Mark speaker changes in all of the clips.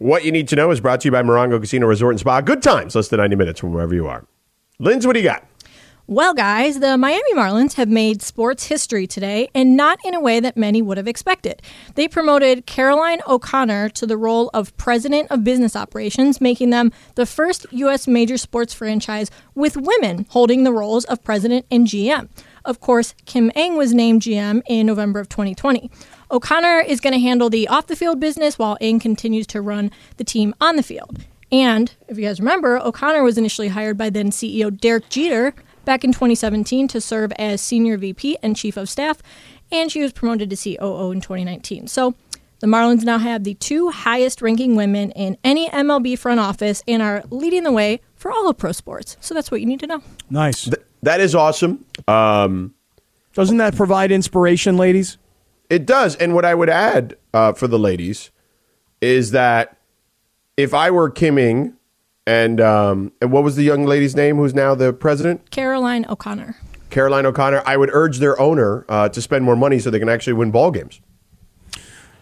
Speaker 1: What you need to know is brought to you by Morongo Casino Resort and Spa. Good times, less than 90 minutes from wherever you are. Linz, what do you got?
Speaker 2: Well, guys, the Miami Marlins have made sports history today, and not in a way that many would have expected. They promoted Caroline O'Connor to the role of President of Business Operations, making them the first U.S. major sports franchise with women holding the roles of President and GM. Of course, Kim Eng was named GM in November of 2020. O'Connor is going to handle the off the field business while Ing continues to run the team on the field. And if you guys remember, O'Connor was initially hired by then CEO Derek Jeter back in 2017 to serve as senior VP and chief of staff, and she was promoted to COO in 2019. So the Marlins now have the two highest ranking women in any MLB front office and are leading the way for all of pro sports. So that's what you need to know.
Speaker 3: Nice.
Speaker 1: Th- that is awesome. Um,
Speaker 3: Doesn't that provide inspiration, ladies?
Speaker 1: It does. And what I would add uh, for the ladies is that if I were Kimming and um, and what was the young lady's name who's now the president,
Speaker 2: Caroline O'Connor.
Speaker 1: Caroline O'Connor, I would urge their owner uh, to spend more money so they can actually win ball games.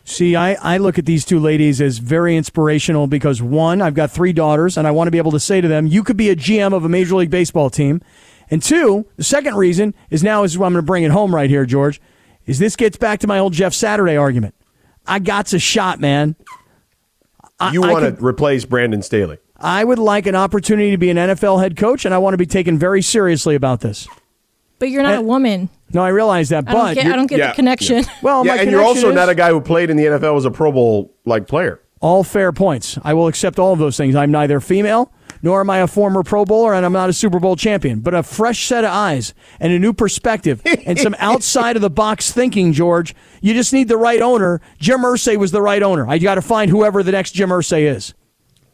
Speaker 3: See, I, I look at these two ladies as very inspirational because one, I've got three daughters and I want to be able to say to them, you could be a GM of a Major League Baseball team. And two, the second reason is now is I'm going to bring it home right here, George, is this gets back to my old Jeff Saturday argument. I got a shot, man. I-
Speaker 1: You
Speaker 3: I
Speaker 1: want
Speaker 3: could-
Speaker 1: to replace Brandon Staley.
Speaker 3: I would like an opportunity to be an NFL head coach, and I want to be taken very seriously about this.
Speaker 2: But you're not
Speaker 3: Eh,
Speaker 2: a woman.
Speaker 3: No, I realize that,
Speaker 2: I don't
Speaker 3: but
Speaker 2: get, I don't get
Speaker 1: yeah,
Speaker 2: the connection.
Speaker 3: well,
Speaker 1: yeah,
Speaker 3: Oh, my
Speaker 1: and you're
Speaker 3: connection
Speaker 1: also
Speaker 3: is-
Speaker 1: not a guy who played in the NFL as a Pro Bowl like player.
Speaker 3: All fair points. I will accept all of those things. I'm neither female nor am I a former Pro Bowler, and I'm not a Super Bowl champion. But a fresh set of eyes and a new perspective and some outside of the box thinking, George. You just need the right owner. Jim Irsay was the right owner. I got to find whoever the next Jim Irsay is.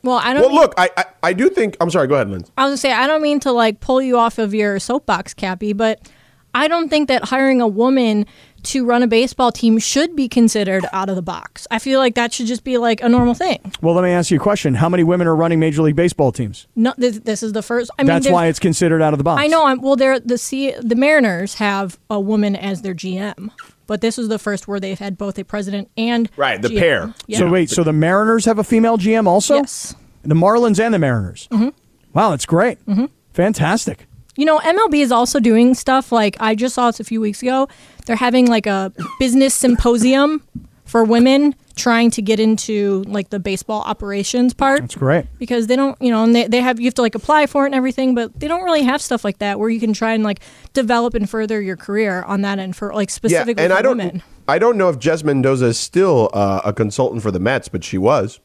Speaker 2: Well, I don't.
Speaker 1: Well,
Speaker 2: mean-
Speaker 1: look, I, I, I do think. I'm sorry, go ahead, Linz.
Speaker 2: I was gonna say I don't mean to like pull you off of your soapbox, Cappy, but I don't think that hiring a woman to run a baseball team should be considered out of the box. I feel like that should just be like a normal thing.
Speaker 3: Well, let me ask you a question. How many women are running Major League Baseball teams?
Speaker 2: No, this, this is the first. I mean,
Speaker 3: That's
Speaker 2: there's-
Speaker 3: why it's considered out of the box.
Speaker 2: I know. I'm, well, they're the C, the Mariners have a woman as their GM, but this is the first where they've had both a president and
Speaker 1: Right, the
Speaker 2: GM.
Speaker 1: pair.
Speaker 2: Yeah.
Speaker 3: So wait, so the Mariners have a female GM also?
Speaker 2: Yes.
Speaker 3: The Marlins and the Mariners. Mm-hmm. Wow, that's great. Mm-hmm. Fantastic.
Speaker 2: You know, MLB is also doing stuff like I just saw this a few weeks ago. They're having like a business symposium for women trying to get into like the baseball operations part.
Speaker 3: That's great.
Speaker 2: Because they don't, you know, and they, they have you have to like apply for it and everything, but they don't really have stuff like that where you can try and like develop and further your career on that end for like specifically
Speaker 1: and
Speaker 2: for
Speaker 1: I don't,
Speaker 2: women.
Speaker 1: I don't know if Jess Mendoza is still uh, a consultant for the Mets, but she was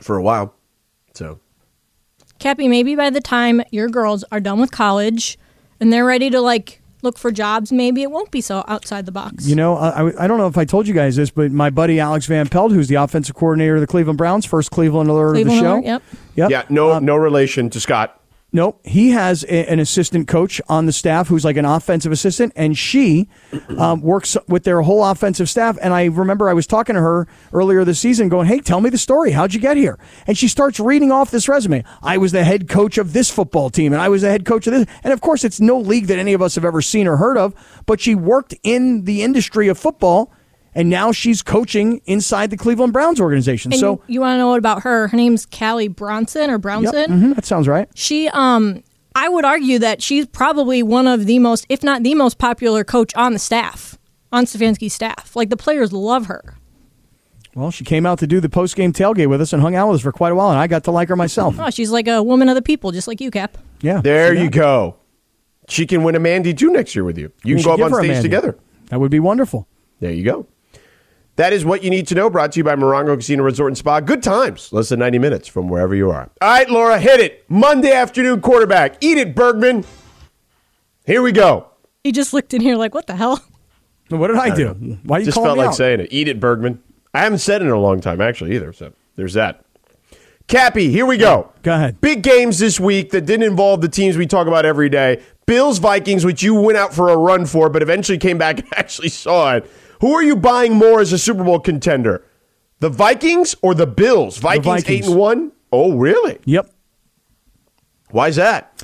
Speaker 1: for a while. So
Speaker 2: Cappy, maybe by the time your girls are done with college and they're ready to like look for jobs, maybe it won't be so outside the box.
Speaker 3: You know, I, I- I don't know if I told you guys this, but my buddy Alex Van Pelt, who's the offensive coordinator of the Cleveland Browns, first Cleveland alert
Speaker 2: Cleveland
Speaker 3: of the show.
Speaker 2: alert, yep.
Speaker 3: Yep. Um,
Speaker 1: yeah, no, no relation to Scott.
Speaker 3: No, he has a, an assistant coach on the staff who's like an offensive assistant, and she um, works with their whole offensive staff. And I remember I was talking to her earlier this season, going, "Hey, tell me the story. How'd you get here?" And she starts reading off this resume. I was the head coach of this football team, and I was the head coach of this. And of course, it's no league that any of us have ever seen or heard of. But she worked in the industry of football, and now she's coaching inside the Cleveland Browns organization.
Speaker 2: And
Speaker 3: so
Speaker 2: you, want to know what about her? Her name's Callie Bronson or
Speaker 3: Yep,
Speaker 2: Brownson.
Speaker 3: mhm, that sounds right.
Speaker 2: She, um, I would argue that she's probably one of the most, if not the most popular coach on the staff, on Stefanski's staff. Like the players love her.
Speaker 3: Well, she came out to do the post game tailgate with us and hung out with us for quite a while, and I got to like her myself.
Speaker 2: Oh, she's like a woman of the people, just like you, Cap.
Speaker 3: Yeah,
Speaker 1: There
Speaker 3: she
Speaker 1: you
Speaker 3: did.
Speaker 1: go. She can win a Mandy too next year with you. You
Speaker 3: We
Speaker 1: can
Speaker 3: should
Speaker 1: go up
Speaker 3: give
Speaker 1: on
Speaker 3: her a
Speaker 1: stage
Speaker 3: Mandy.
Speaker 1: together.
Speaker 3: That would be wonderful.
Speaker 1: There you go. That is what you need to know. Brought to you by Morongo Casino Resort and Spa. Good times, less than ninety minutes from wherever you are. All right, Laura, hit it. Monday afternoon quarterback. Eat it, Bergman. Here we go.
Speaker 2: He just looked in here like, what the hell?
Speaker 3: What did I, do? Why you
Speaker 1: Just
Speaker 3: call
Speaker 1: felt
Speaker 3: me
Speaker 1: like
Speaker 3: out?
Speaker 1: saying it. Eat it, Bergman. I haven't said it in a long time, actually, either. So There's that. Cappy, here we go.
Speaker 3: Go ahead.
Speaker 1: Big games this week that didn't involve the teams we talk about every day. Bills Vikings, which you went out for a run for, but eventually came back and actually saw it. Who are you buying more as a Super Bowl contender? The Vikings or the Bills? Vikings,
Speaker 3: Vikings.
Speaker 1: eight and one. Oh, really?
Speaker 3: Yep.
Speaker 1: Why's that?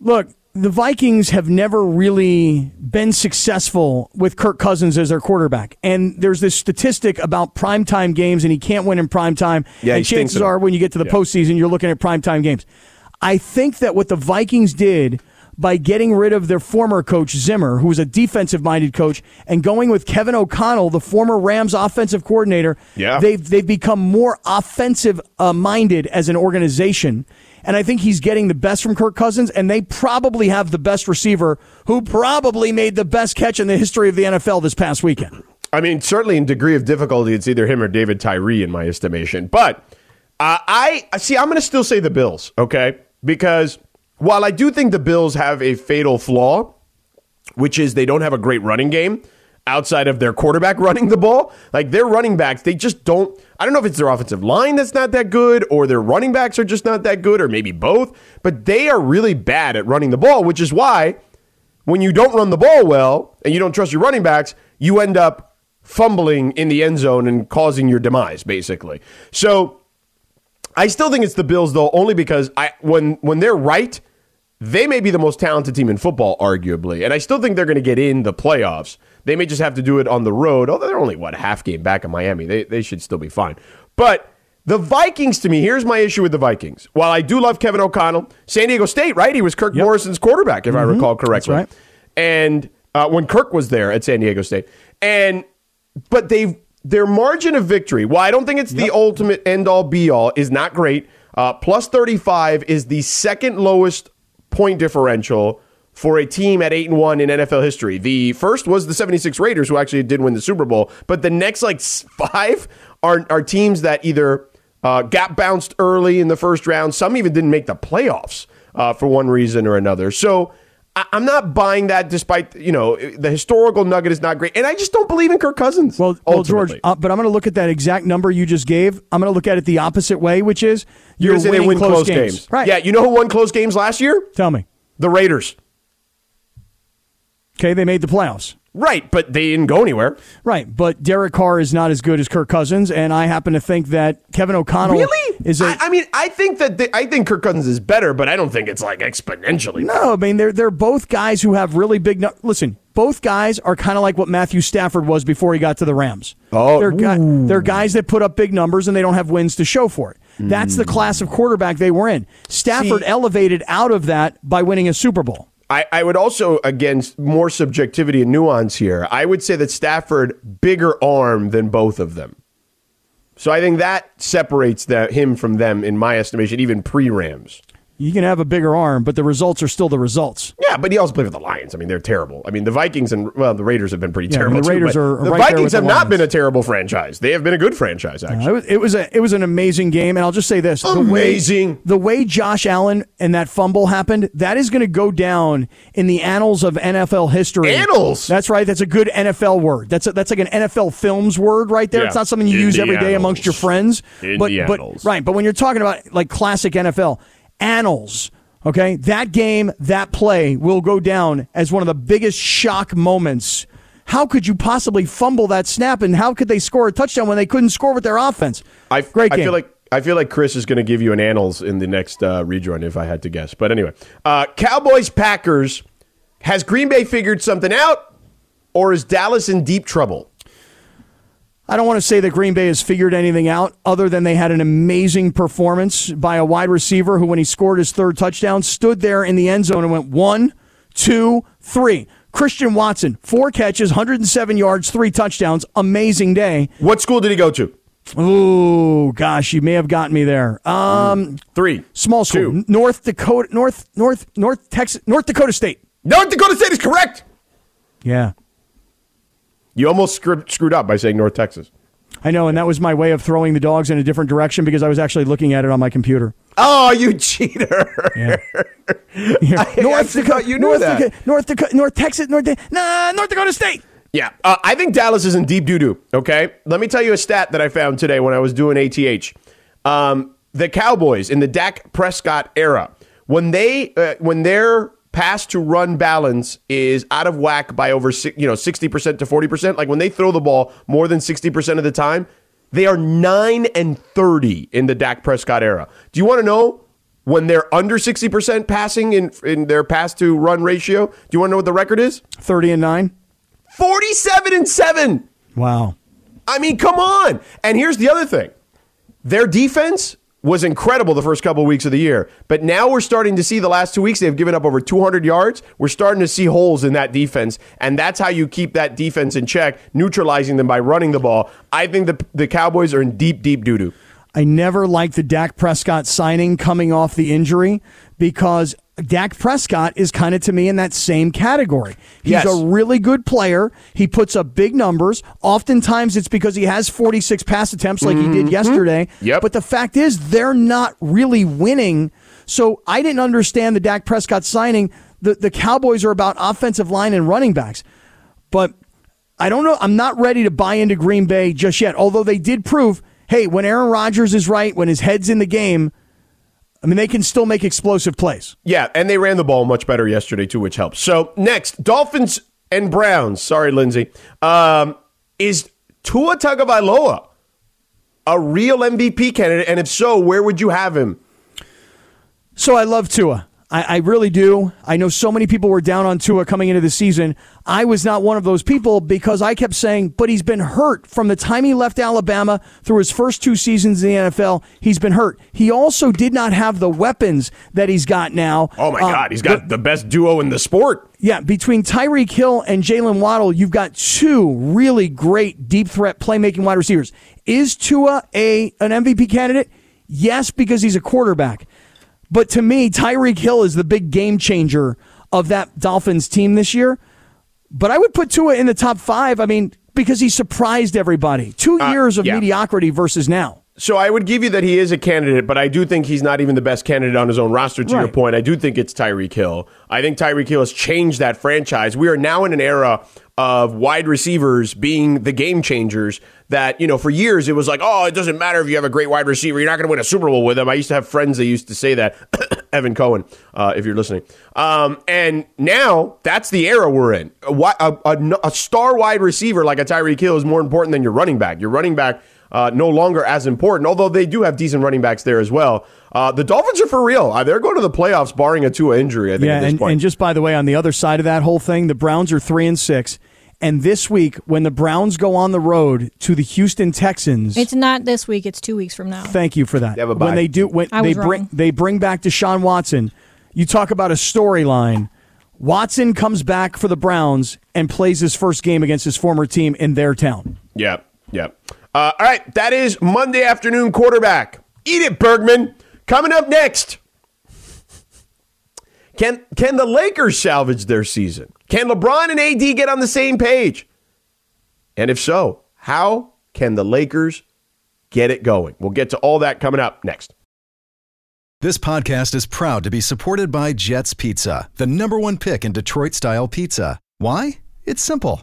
Speaker 3: Look, the Vikings have never really been successful with Kirk Cousins as their quarterback. And there's this statistic about primetime games, and he can't win in primetime.
Speaker 1: Yeah, he
Speaker 3: and
Speaker 1: stinks
Speaker 3: chances
Speaker 1: in 'em.
Speaker 3: are when you get to the
Speaker 1: Yeah.
Speaker 3: postseason, you're looking at primetime games. I think that what the Vikings did by getting rid of their former coach, Zimmer, who was a defensive minded coach, and going with Kevin O'Connell, the former Rams offensive coordinator,
Speaker 1: Yeah.
Speaker 3: they they've they've become more offensive uh, minded as an organization. And I think he's getting the best from Kirk Cousins, and they probably have the best receiver who probably made the best catch in the history of the NFL this past weekend.
Speaker 1: I mean, certainly in degree of difficulty, it's either him or David Tyree, in my estimation. But uh, I see. I'm going to still say the Bills, okay? Because while I do think the Bills have a fatal flaw, which is they don't have a great running game outside of their quarterback running the ball. Like their running backs, they just don't. I don't know if it's their offensive line that's not that good, or their running backs are just not that good, or maybe both. But they are really bad at running the ball, which is why when you don't run the ball well and you don't trust your running backs, you end up fumbling in the end zone and causing your demise, basically. So I still think it's the Bills though, only because I when when they're right, they may be the most talented team in football, arguably, and I still think they're going to get in the playoffs. They may just have to do it on the road, although they're only what half game back in Miami. They they should still be fine. But the Vikings, to me, here's my issue with the Vikings. While I do love Kevin O'Connell, San Diego State, right? He was Kirk Morrison's quarterback, if I recall correctly
Speaker 3: right.
Speaker 1: and uh, when Kirk was there at San Diego State, and but they their margin of victory. Well, I don't think it's the ultimate end all be all. Is not great. Uh, plus thirty five is the second lowest point differential for a team at eight and one in NFL history. The first was the 76 Raiders, who actually did win the Super Bowl, but the next like s- five are are teams that either uh, got bounced early in the first round. Some even didn't make the playoffs uh, for one reason or another. So I- I'm not buying that, despite you know the historical nugget is not great, and I just don't believe in Kirk Cousins.
Speaker 3: Well, well George,
Speaker 1: ultimately.
Speaker 3: uh, but I'm going to look at that exact number you just gave. I'm going to look at it the opposite way, which is
Speaker 1: You're
Speaker 3: you're,
Speaker 1: gonna say
Speaker 3: winning close, games. Right.
Speaker 1: Yeah, you know who won close games last year?
Speaker 3: Tell me.
Speaker 1: The Raiders.
Speaker 3: Okay, they made the playoffs.
Speaker 1: Right, but they didn't go anywhere.
Speaker 3: Right, but Derek Carr is not as good as Kirk Cousins, and I happen to think that Kevin O'Connell
Speaker 1: Really?
Speaker 3: Oh, is a
Speaker 1: I, I mean, I think that they, I think Kirk Cousins is better, but I don't think it's like exponentially.
Speaker 3: No, I mean they're they're both guys who have really big. nu- Listen, both guys are kind of like what Matthew Stafford was before he got to the Rams.
Speaker 1: Oh.
Speaker 3: they're, gu- they're guys that put up big numbers and they don't have wins to show for it. That's the class of quarterback they were in. Stafford elevated out of that by winning a Super Bowl.
Speaker 1: I, I would also again s- more subjectivity and nuance here. I would say that Stafford bigger arm than both of them. So I think that separates the, him from them in my estimation, even pre Rams.
Speaker 3: You can have a bigger arm, but the results are still the results.
Speaker 1: Yeah, but he also played for the Lions. I mean, they're terrible. I mean, the Vikings and well, the Raiders have been pretty
Speaker 3: Yeah, I mean,
Speaker 1: terrible.
Speaker 3: the
Speaker 1: too,
Speaker 3: Raiders
Speaker 1: but
Speaker 3: are
Speaker 1: the
Speaker 3: right there
Speaker 1: Vikings
Speaker 3: with the
Speaker 1: have not
Speaker 3: Lions. Uh-huh.
Speaker 1: been a terrible franchise. They have been a good franchise actually.
Speaker 3: It was it was, a, it was an amazing game, and I'll just say this: the way-
Speaker 1: Amazing.
Speaker 3: the way Josh Allen and that fumble happened, that is going to go down in the annals of NFL history.
Speaker 1: Annals?
Speaker 3: That's right. That's a good NFL word. That's a, that's like an NFL films word right there.
Speaker 1: Yeah.
Speaker 3: It's not something you
Speaker 1: In
Speaker 3: use
Speaker 1: the
Speaker 3: every day amongst your
Speaker 1: annals.
Speaker 3: friends.
Speaker 1: In
Speaker 3: but
Speaker 1: the
Speaker 3: but
Speaker 1: annals.
Speaker 3: right. But when you're talking about like classic NFL annals. Okay, that game, that play will go down as one of the biggest shock moments. How could you possibly fumble that snap, and how could they score a touchdown when they couldn't score with their offense?
Speaker 1: I
Speaker 3: Great game.
Speaker 1: I feel like I feel like Chris is going to give you an annals in the next uh, rejoin if I had to guess. But anyway, uh, Cowboys Packers has Green Bay figured something out, or is Dallas in deep trouble?
Speaker 3: I don't want to say that Green Bay has figured anything out other than they had an amazing performance by a wide receiver who, when he scored his third touchdown, stood there in the end zone and went one, two, three. Christian Watson, four catches, 107 yards, three touchdowns. Amazing day.
Speaker 1: What school did he go to?
Speaker 3: Oh, gosh, you may have gotten me there. Um,
Speaker 1: Three.
Speaker 3: small school,
Speaker 1: Hmm. Two.
Speaker 3: North Dakota, North, North, North Texas, North Dakota State.
Speaker 1: North Dakota State is correct.
Speaker 3: Yeah.
Speaker 1: You almost script, screwed up by saying North Texas.
Speaker 3: I know, and that was my way of throwing the dogs in a different direction because I was actually looking at it on my computer.
Speaker 1: Oh, you cheater!
Speaker 3: Here.
Speaker 1: I actually thought you knew
Speaker 3: North
Speaker 1: that.
Speaker 3: Dakota, North Dakota, North Texas, North, Da- nah, North Dakota State.
Speaker 1: Yeah, uh, I think Dallas is in deep doo doo. Okay, let me tell you a stat that I found today when I was doing ATH. Um, the Cowboys in the Dak Prescott era, when they uh, when their pass to run balance is out of whack by over si- you know sixty percent to forty percent, like when they throw the ball more than sixty percent of the time, they are nine and thirty in the Dak Prescott era. Do you want to know? When they're under 60% passing in, in their pass to run ratio, do you want to know what the record is?
Speaker 3: 30 and 9.
Speaker 1: 47 and 7.
Speaker 3: Wow.
Speaker 1: I mean, come on. And here's the other thing. Their defense was incredible the first couple weeks of the year, but now we're starting to see the last 2 weeks they've given up over 200 yards. We're starting to see holes in that defense, and that's how you keep that defense in check, neutralizing them by running the ball. I think the the Cowboys are in deep deep doo-doo.
Speaker 3: I never liked the Dak Prescott signing coming off the injury because Dak Prescott is kind of to me in that same category. He's
Speaker 1: Yes.
Speaker 3: a really good player. He puts up big numbers. Oftentimes it's because he has 46 pass attempts like he did yesterday.
Speaker 1: Yep.
Speaker 3: But the fact is, they're not really winning. So I didn't understand the Dak Prescott signing. The, the Cowboys are about offensive line and running backs. But I don't know. I'm not ready to buy into Green Bay just yet. Although they did prove, hey, when Aaron Rodgers is right, when his head's in the game, I mean, they can still make explosive plays.
Speaker 1: Yeah, and they ran the ball much better yesterday too, which helps. So next, Dolphins and Browns. Sorry, Lindsay. Um, is Tua Tagovailoa a real MVP candidate? And if so, where would you have him?
Speaker 3: So I love Tua. I, I really do. I know so many people were down on Tua coming into the season. I was not one of those people because I kept saying, but he's been hurt from the time he left Alabama through his first two seasons in the NFL. He's been hurt. He also did not have the weapons that he's got now.
Speaker 1: Oh my
Speaker 3: Um,
Speaker 1: God, he's got the best duo in the sport.
Speaker 3: Yeah, between Tyreek Hill and Jalen Waddle, you've got two really great deep threat playmaking wide receivers. Is Tua a an MVP candidate? Yes, because he's a quarterback. But to me, Tyreek Hill is the big game changer of that Dolphins team this year. But I would put Tua in the top five. I mean, because he surprised everybody. Two years of
Speaker 1: yeah.
Speaker 3: mediocrity versus now.
Speaker 1: So I would give you that he is a candidate, but I do think he's not even the best candidate on his own roster. To your
Speaker 3: Right.
Speaker 1: point, I do think it's Tyreek Hill. I think Tyreek Hill has changed that franchise. We are now in an era of wide receivers being the game changers that, you know, for years it was like, oh, it doesn't matter if you have a great wide receiver. You're not going to win a Super Bowl with him. I used to have friends that used to say that. Evan Cohen, uh, if you're listening. Um, and now that's the era we're in. A, wi- a, a- a star wide receiver like a Tyreek Hill is more important than your running back. Your running back uh, no longer as important, although they do have decent running backs there as well. Uh, the Dolphins are for real. Uh, they're going to the playoffs, barring a Tua injury. I think at this
Speaker 3: and,
Speaker 1: point.
Speaker 3: and just by the way, on the other side of that whole thing, the Browns are three and six. And this week, when the Browns go on the road to the Houston Texans,
Speaker 2: It's not this week. It's two weeks from now.
Speaker 3: thank you for that.
Speaker 1: They have a bye.
Speaker 3: when they do, when
Speaker 2: I
Speaker 3: they
Speaker 2: was
Speaker 3: bring
Speaker 2: wrong.
Speaker 3: they bring back Deshaun Watson, you talk about a storyline. Watson comes back for the Browns and plays his first game against his former team in their town.
Speaker 1: Yep, yep. Uh, all right, that is Monday afternoon quarterback. Eat it, Bergman. Coming up next, can can the Lakers salvage their season? Can LeBron and AD get on the same page? And if so, how can the Lakers get it going? We'll get to all that coming up next.
Speaker 4: This podcast is proud to be supported by Jets Pizza, the number one pick in Detroit style pizza. Why? It's simple.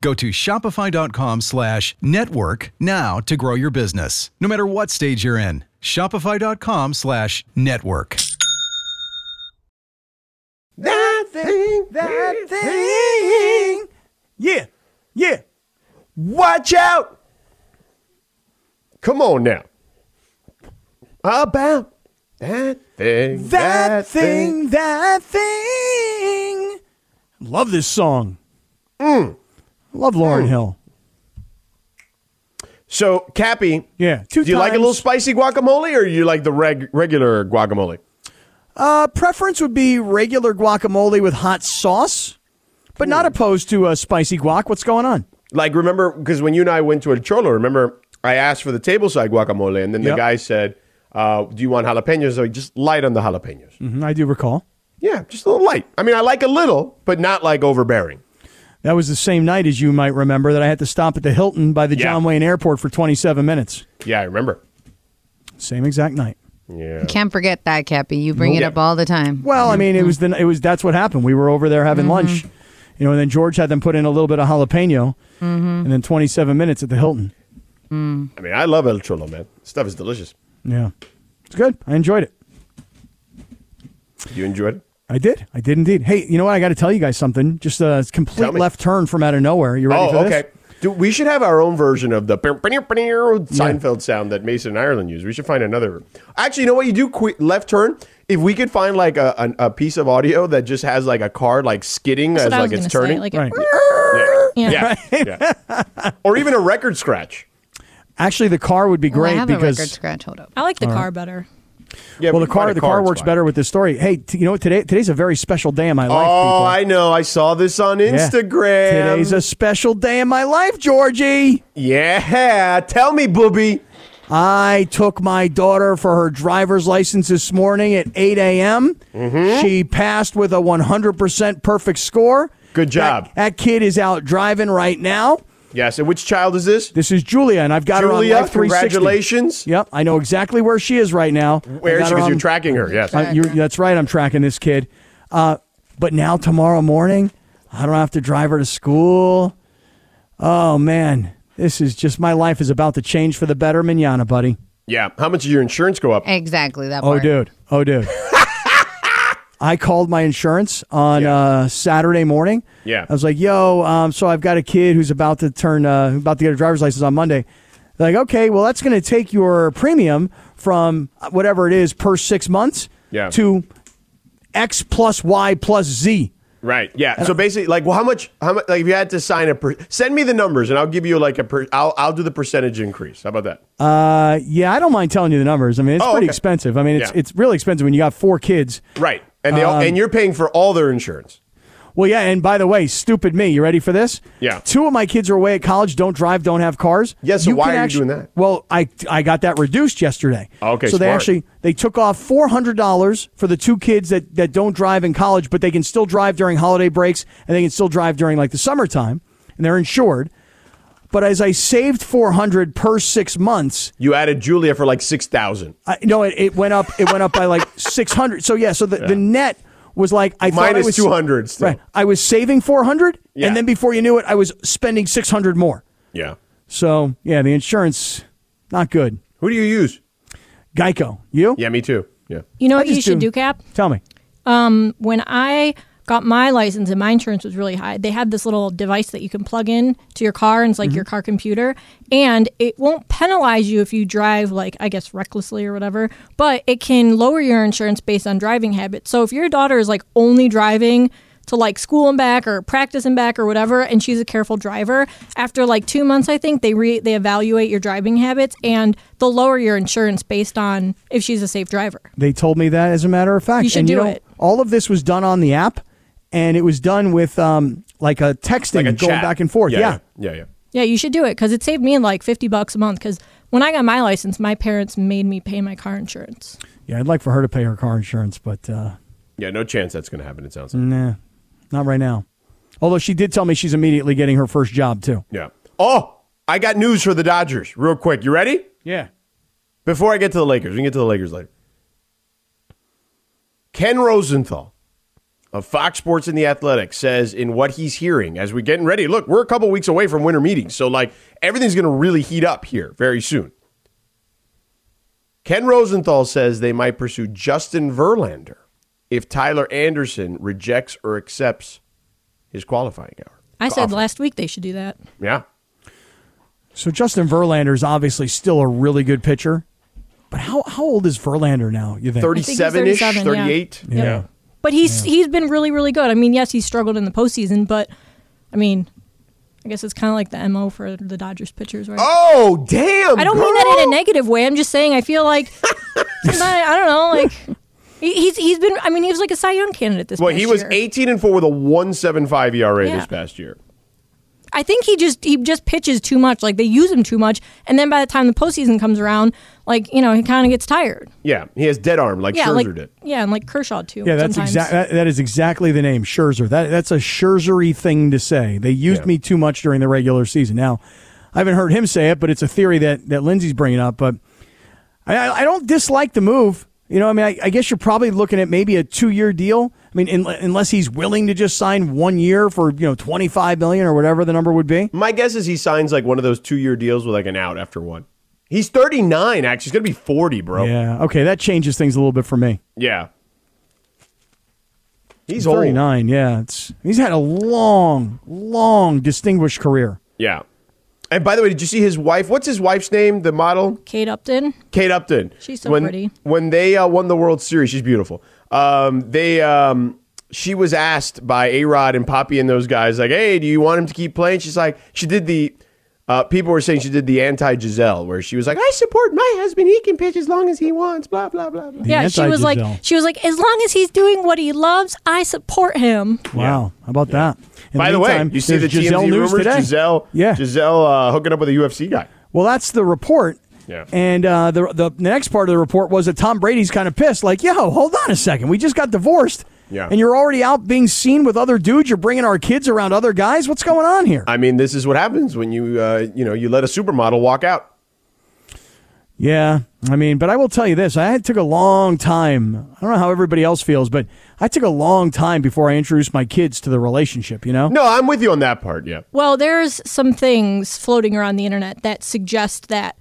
Speaker 4: Go to shopify.com slash network now to grow your business, no matter what stage you're in. Shopify.com slash network.
Speaker 1: That thing,
Speaker 3: That thing, yeah, yeah.
Speaker 1: Watch out! Come on now. About that thing.
Speaker 3: That, thing, that thing. Love this song.
Speaker 1: Mm.
Speaker 3: Love Lauren Hill.
Speaker 1: So, Cappy,
Speaker 3: Yeah,
Speaker 1: do
Speaker 3: two
Speaker 1: you like a
Speaker 3: times.
Speaker 1: little spicy guacamole or you like the reg- regular guacamole?
Speaker 3: Uh, preference would be regular guacamole with hot sauce, but not opposed to a spicy guac. What's going on?
Speaker 1: Like, remember, because when you and I went to El Cholo, remember, I asked for the tableside guacamole, and then the
Speaker 3: Yep.
Speaker 1: guy said, uh, Do you want jalapenos? Or just light on the jalapenos.
Speaker 3: Mhm, I do recall.
Speaker 1: Yeah, just a little light. I mean, I like a little, but not like overbearing.
Speaker 3: That was the same night, as you might remember, that I had to stop at the Hilton by the
Speaker 1: Yeah.
Speaker 3: John Wayne Airport for 27 minutes.
Speaker 1: Yeah, I remember.
Speaker 3: Same exact night.
Speaker 1: Yeah.
Speaker 5: Can't forget that, Cappy. You bring it
Speaker 1: Yeah.
Speaker 5: up all the time.
Speaker 3: Well,
Speaker 1: Mm-hmm.
Speaker 3: I mean, it was the it was that's what happened. We were over there having lunch, you know, and then George had them put in a little bit of jalapeno,
Speaker 1: Mm-hmm.
Speaker 3: and then 27 minutes at the Hilton.
Speaker 1: I mean, I love El Cholo, man. Stuff is delicious.
Speaker 3: Yeah, it's good. I enjoyed it.
Speaker 1: You enjoyed it?
Speaker 3: I did. I did indeed. Hey, you know what? I got to tell you guys something. Just a
Speaker 1: Tell
Speaker 3: complete
Speaker 1: me.
Speaker 3: left turn from out of nowhere. You ready
Speaker 1: Oh,
Speaker 3: for this?
Speaker 1: okay. Dude, we should have our own version of the "Beow, beow, beow" Seinfeld sound that Mason and Ireland use. We should find another. Actually, you know what? You do qu- left turn. If we could find like a, an- a piece of audio that just has like a car like skidding
Speaker 2: That's
Speaker 1: as
Speaker 2: what I was
Speaker 1: like
Speaker 2: gonna
Speaker 1: it's turning,
Speaker 2: say. Like,
Speaker 3: Right.
Speaker 1: yeah,
Speaker 2: Yeah.
Speaker 1: yeah. yeah. or even a record scratch.
Speaker 3: Actually, the car would be
Speaker 5: Well,
Speaker 3: great
Speaker 5: I have
Speaker 3: because
Speaker 5: a record scratch. Hold up.
Speaker 2: I like the car better.
Speaker 1: Yeah,
Speaker 3: well,
Speaker 1: we
Speaker 3: the car
Speaker 1: find
Speaker 3: the
Speaker 1: a
Speaker 3: car
Speaker 1: it's
Speaker 3: works
Speaker 1: fine.
Speaker 3: better with this story. Hey, t- you know what? Today today's a very special day in my life.
Speaker 1: Oh,
Speaker 3: people.
Speaker 1: I know. I saw this on
Speaker 3: Yeah.
Speaker 1: Instagram.
Speaker 3: Today's a special day in my life, Georgie.
Speaker 1: yeah. Tell me, booby.
Speaker 3: I took my daughter for her driver's license this morning at 8 a.m.
Speaker 1: Mm-hmm.
Speaker 3: She passed with a 100% perfect score.
Speaker 1: Good job.
Speaker 3: That, that kid is out driving right now.
Speaker 1: Yes. And which child is this?
Speaker 3: This is Julia, and I've got her on
Speaker 1: Julia.
Speaker 3: Life 360.
Speaker 1: Congratulations.
Speaker 3: Yep, I know exactly where she is right now.
Speaker 1: Where is she? Because you're
Speaker 3: tracking.
Speaker 1: tracking her. Yes.
Speaker 3: I, Uh, you're, that's right. I'm tracking this kid. Uh, but now tomorrow morning, I don't have to drive her to school. Oh man, this is just my life is about to change for the better, Manana, buddy.
Speaker 1: Yeah. How much did your insurance go up?
Speaker 5: Exactly that
Speaker 3: Oh
Speaker 5: part.
Speaker 3: dude, oh dude. I called my insurance on
Speaker 1: Yeah.
Speaker 3: uh, Saturday morning.
Speaker 1: Yeah.
Speaker 3: I was like, "Yo, um, so I've got a kid who's about to turn, uh, who's about to get a driver's license on Monday." They're like, okay, well, that's going to take your premium from whatever it is per six months
Speaker 1: Yeah.
Speaker 3: to X plus Y plus Z.
Speaker 1: Right. Yeah. So basically, like, well, how much? How much? Like, if you had to sign a, per- send me the numbers, and I'll give you like a. Per- I'll I'll do the percentage increase. How about that?
Speaker 3: Uh, yeah, I don't mind telling you the numbers. I mean, it's
Speaker 1: Oh,
Speaker 3: pretty
Speaker 1: okay.
Speaker 3: expensive. I mean, it's
Speaker 1: Yeah.
Speaker 3: it's really expensive when you got four kids.
Speaker 1: right. And they
Speaker 3: um,
Speaker 1: all, and you're paying for all their insurance.
Speaker 3: Well, yeah, and by the way, stupid me. You ready for this?
Speaker 1: Yeah.
Speaker 3: Two of my kids are away at college, don't drive, don't have cars.
Speaker 1: Yeah, so why
Speaker 3: can
Speaker 1: are you
Speaker 3: actu-
Speaker 1: doing that? Oh,
Speaker 3: Well, I I got that reduced yesterday.
Speaker 1: Okay,
Speaker 3: So they
Speaker 1: smart.
Speaker 3: actually they took off four hundred dollars for the two kids that that don't drive in college, but they can still drive during holiday breaks and they can still drive during like the summertime, and they're insured. But as I saved four hundred per six months,
Speaker 1: You added Julia for like six thousand
Speaker 3: I, no, it, it went up. It went up by like six hundred. So yeah, so the, the net was like I thought I
Speaker 1: minus
Speaker 3: was
Speaker 1: two hundred. Still.
Speaker 3: Right. I was saving 400
Speaker 1: Yeah.
Speaker 3: and then before you knew it I was spending 600 more.
Speaker 1: Yeah.
Speaker 3: So, yeah, the insurance not good.
Speaker 1: Who do you use?
Speaker 3: Geico, you?
Speaker 1: Yeah, me too. Yeah.
Speaker 2: You know
Speaker 3: I
Speaker 2: what you
Speaker 3: just
Speaker 2: should
Speaker 3: do-
Speaker 2: do, Cap?
Speaker 3: Tell me.
Speaker 2: when I got my license and my insurance was really high, they had this little device that you can plug in to your car and it's like your car computer. And it won't penalize you if you drive, like, I guess, recklessly or whatever, but it can lower your insurance based on driving habits. So if your daughter is like only driving, to like school and back or practice and back or whatever and she's a careful driver after like 2 months I think they re- they evaluate your driving habits and they'll lower your insurance based on if she's a safe driver.
Speaker 3: They told me that as a matter of fact.
Speaker 2: You should
Speaker 3: and you
Speaker 2: do
Speaker 3: know,
Speaker 2: it.
Speaker 3: all of this was done on the app and it was done with um like a texting
Speaker 1: Like a
Speaker 3: going
Speaker 1: chat.
Speaker 3: back and forth.
Speaker 1: Yeah. Yeah. Yeah.
Speaker 2: Yeah, you should do it because it saved me like 50 bucks a month. Because when I got my license, my parents made me pay my car insurance.
Speaker 3: Yeah, I'd like for her to pay her car insurance, but uh
Speaker 1: Yeah, no chance that's going to happen. It sounds like.
Speaker 3: nah, not right now. Although she did tell me she's immediately getting her first job too.
Speaker 1: Yeah. Oh, I got news for the Dodgers, real quick. You ready?
Speaker 3: Yeah.
Speaker 1: Before I get to the Lakers, we can get to the Lakers later. Ken Rosenthal of Fox Sports and the Athletic says in what he's hearing as we're getting ready. Look, we're a couple weeks away from winter meetings, so like everything's going to really heat up here very soon. Ken Rosenthal says they might pursue Justin Verlander if Tyler Anderson rejects or accepts his qualifying hour.
Speaker 2: I said last week they should do that.
Speaker 1: Yeah.
Speaker 3: So Justin Verlander is obviously still a really good pitcher. But how, how old is Verlander now, you think?
Speaker 2: I think he's
Speaker 1: 37 ish,
Speaker 2: 37,
Speaker 1: 38.
Speaker 2: Yeah. Yep.
Speaker 3: Yeah.
Speaker 2: But he's he's been really really good. I mean, yes, he struggled in the postseason, but I mean, I guess it's kind of like the mo for the Dodgers pitchers, right?
Speaker 1: Oh, damn.
Speaker 2: I don't mean that in a negative way. I'm just saying I feel like sometimes- I don't know, like he- he's he's been. I mean, he was like a Cy Young candidate this.
Speaker 1: Well,
Speaker 2: past
Speaker 1: he was
Speaker 2: year.
Speaker 1: 18 and 4 with a 175 ERA
Speaker 2: Yeah.
Speaker 1: this past year.
Speaker 2: I think he just he just pitches too much. Like they use him too much, and then by the time the postseason comes around, like you know, he kind of gets tired.
Speaker 1: Yeah, he has dead arm like
Speaker 2: Yeah,
Speaker 1: Scherzer
Speaker 2: like
Speaker 1: did.
Speaker 2: yeah, and like Kershaw too.
Speaker 3: Yeah, that's
Speaker 2: sometimes.
Speaker 3: exactly that, that is exactly the name Scherzer. That that's a Scherzery thing to say. They used
Speaker 1: Yeah.
Speaker 3: me too much during the regular season. Now, I haven't heard him say it, but it's a theory that that Lindsey's bringing up. But I, I I don't dislike the move. You know, I mean, I, I guess you're probably looking at maybe a two year deal. I mean, in, unless he's willing to just sign one year for you know twenty five million or whatever the number would be.
Speaker 1: My guess is he signs like one of those two year deals with like an out after one. He's 39, actually. He's going to be 40, bro.
Speaker 3: Yeah. Okay, that changes things a little bit for me.
Speaker 1: Yeah. He's
Speaker 3: Thirty
Speaker 1: old.
Speaker 3: nine. Yeah, it's he's had a long, long distinguished career.
Speaker 1: Yeah. And by the way, did you see his wife? What's his wife's name? The model?
Speaker 2: Kate Upton.
Speaker 1: Kate Upton.
Speaker 2: She's so
Speaker 1: when,
Speaker 2: pretty.
Speaker 1: When they uh, won the World Series, she's beautiful. Um, they um, she was asked by A Rod and Poppy and those guys, like, "Hey, do you want him to keep playing?" She's like, she did the. Uh, people were saying she did the anti Giselle, where she was like, "I support my husband. He can pitch as long as he wants." Blah blah blah. blah.
Speaker 2: Yeah, she was like
Speaker 3: anti-Giselle.
Speaker 2: she was like as long as he's doing what he loves, I support him.
Speaker 3: Wow, how about that? In
Speaker 1: By the
Speaker 3: meantime,
Speaker 1: way, you see the
Speaker 3: there's Giselle
Speaker 1: TMZ
Speaker 3: news
Speaker 1: rumors.
Speaker 3: today.
Speaker 1: Giselle,
Speaker 3: yeah.
Speaker 1: Giselle uh, hooking up with a UFC guy.
Speaker 3: Well, that's the report.
Speaker 1: Yeah.
Speaker 3: And uh, the, the the next part of the report was that Tom Brady's kind of pissed. Like, yo, hold on a second, we just got divorced.
Speaker 1: Yeah.
Speaker 3: And you're already out being seen with other dudes. You're bringing our kids around other guys. What's going on here?
Speaker 1: I mean, this is what happens when you uh, you know you let a supermodel walk out.
Speaker 3: Yeah, I mean, but I will tell you this: I took a long time. I don't know how everybody else feels, but I took a long time before I introduced my kids to the relationship. You know?
Speaker 1: No, I'm with you on that part. Yeah.
Speaker 2: Well, there's some things floating around the internet that suggest that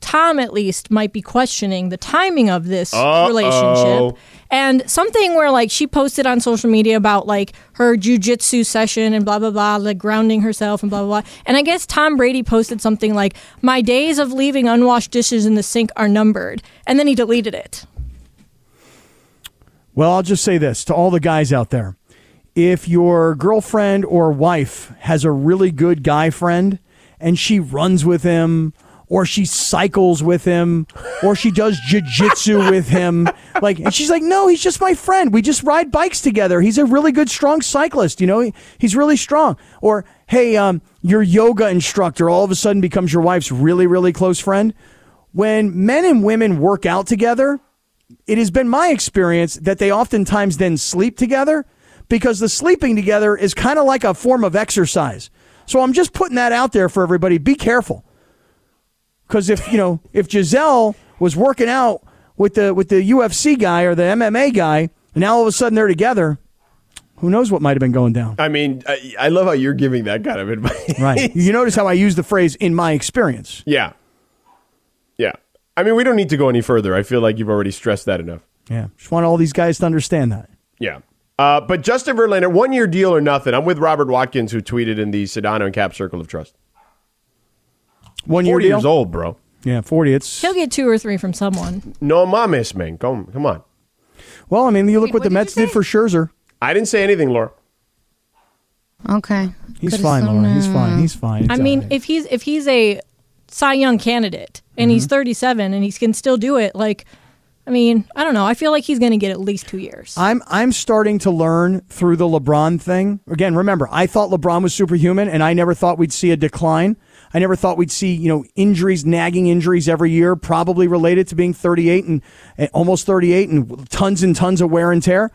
Speaker 2: Tom, at least, might be questioning the timing of this relationship. And something where, like, she posted on social media about, like, her jujitsu session and blah, blah, blah, like grounding herself and blah, blah, blah. And I guess Tom Brady posted something like, My days of leaving unwashed dishes in the sink are numbered. And then he deleted it.
Speaker 3: Well, I'll just say this to all the guys out there. If your girlfriend or wife has a really good guy friend and she runs with him or she cycles with him or she does jiu-jitsu with him like and she's like no he's just my friend we just ride bikes together he's a really good strong cyclist you know He- he's really strong or hey um your yoga instructor all of a sudden becomes your wife's really really close friend when men and women work out together it has been my experience that they oftentimes then sleep together because the sleeping together is kind of like a form of exercise. So I'm just putting that out there for everybody. Be careful. Because if, you know, if Giselle was working out with the with the UFC guy or the MMA guy, and now all of a sudden they're together, who knows what might have been going down.
Speaker 1: I mean, I, I love how you're giving that kind of advice.
Speaker 3: Right. you notice how I use the phrase in my experience.
Speaker 1: yeah. Yeah. I mean, we don't need to go any further. I feel like you've already stressed that enough.
Speaker 3: Yeah. Just want all these guys to understand that.
Speaker 1: Yeah. Uh, but Justin Verlander, one year deal or nothing. I'm with Robert Watkins, who tweeted in the Sedano and Cap Circle of Trust.
Speaker 3: One
Speaker 1: 40
Speaker 3: year deal.
Speaker 1: years old, bro.
Speaker 3: Yeah, forty. It's
Speaker 2: He'll get two or three from someone.
Speaker 1: No mames, man. Come, come on.
Speaker 3: well, I mean, you look
Speaker 5: Wait,
Speaker 3: what the
Speaker 5: what did you
Speaker 3: Mets did
Speaker 5: say?
Speaker 3: for Scherzer.
Speaker 1: I didn't say anything, Laura.
Speaker 5: Okay.
Speaker 3: He's
Speaker 5: Could've
Speaker 3: fine,
Speaker 5: sung
Speaker 3: Laura. He's
Speaker 5: now.
Speaker 3: fine. He's fine.
Speaker 2: I
Speaker 3: It's
Speaker 2: mean,
Speaker 3: all right.
Speaker 2: if he's if he's a Cy Young candidate and
Speaker 1: Mm-hmm.
Speaker 2: he's 37 and he can still do it, like, I mean, I don't know. I feel like he's going to get at least two years.
Speaker 3: I'm I'm starting to learn through the LeBron thing. Again, remember, I thought LeBron was superhuman and I never thought we'd see a decline. I never thought we'd see, you know, injuries, nagging injuries every year, probably related to being 38 and, and almost 38 and tons and tons of wear and tear.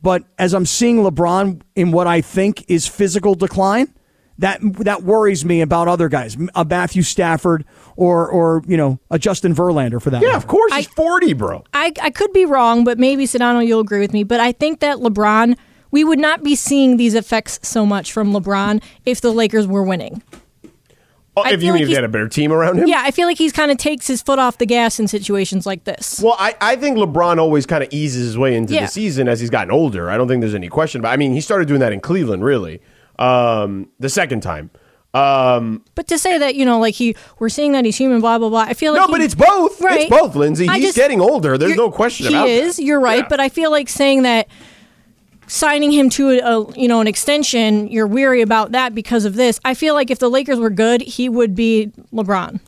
Speaker 3: But as I'm seeing LeBron in what I think is physical decline, that that worries me about other guys, a Matthew Stafford or or, you know, a Justin Verlander for that.
Speaker 1: Yeah,
Speaker 3: matter.
Speaker 1: of course. He's 40, bro.
Speaker 2: I, I could be wrong, but maybe Sedano, you'll agree with me. But I think that LeBron, we would not be seeing these effects so much from LeBron if the Lakers were winning.
Speaker 1: Oh,
Speaker 2: I
Speaker 1: if
Speaker 2: feel
Speaker 1: you
Speaker 2: like
Speaker 1: mean if they
Speaker 2: he's-
Speaker 1: had a better team around him?
Speaker 2: Yeah, I feel like he's kind of takes his foot off the gas in situations like this.
Speaker 1: Well, I, I think LeBron always kind of eases his way into
Speaker 2: Yeah.
Speaker 1: the season as he's gotten older. I don't think there's any question about. I mean, he started doing that in Cleveland, really, um, the second time. Um,
Speaker 2: But to say that, you know, like he, we're seeing that he's human, blah, blah, blah. I feel like.
Speaker 1: no,
Speaker 2: he-
Speaker 1: but it's both.
Speaker 2: Right.
Speaker 1: It's both, Lindsay.
Speaker 2: I
Speaker 1: He's
Speaker 2: just-
Speaker 1: getting older. There's
Speaker 2: you're-
Speaker 1: no question
Speaker 2: he
Speaker 1: about that.
Speaker 2: is. You're right.
Speaker 1: Yeah.
Speaker 2: But I feel like saying that signing him to a, a, you know, an extension, you're weary about that because of this. I feel like if the Lakers were good, he would be LeBron.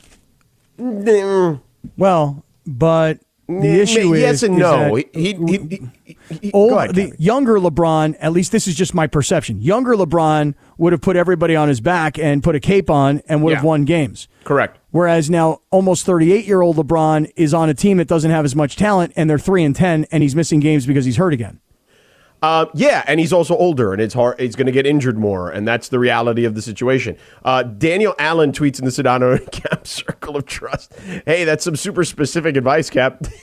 Speaker 3: Well, but
Speaker 1: Mm,
Speaker 3: the issue is
Speaker 1: yes and
Speaker 3: is
Speaker 1: no.
Speaker 3: that
Speaker 1: He- he- he- he- he-
Speaker 3: old-
Speaker 1: go ahead,
Speaker 3: the
Speaker 1: Kevin.
Speaker 3: younger LeBron, at least this is just my perception. Younger LeBron would have put everybody on his back and put a cape on and would have
Speaker 1: Yeah.
Speaker 3: won games.
Speaker 1: Correct.
Speaker 3: Whereas now, almost 38 year old LeBron is on a team that doesn't have as much talent, and they're three and ten, and he's missing games because he's hurt again.
Speaker 1: Uh, yeah, and he's also older, and it's hard. He's going to get injured more, and that's the reality of the situation. Uh, Daniel Allen tweets in the Sedano and Cap Circle of Trust. Hey, that's some super specific advice, Cap.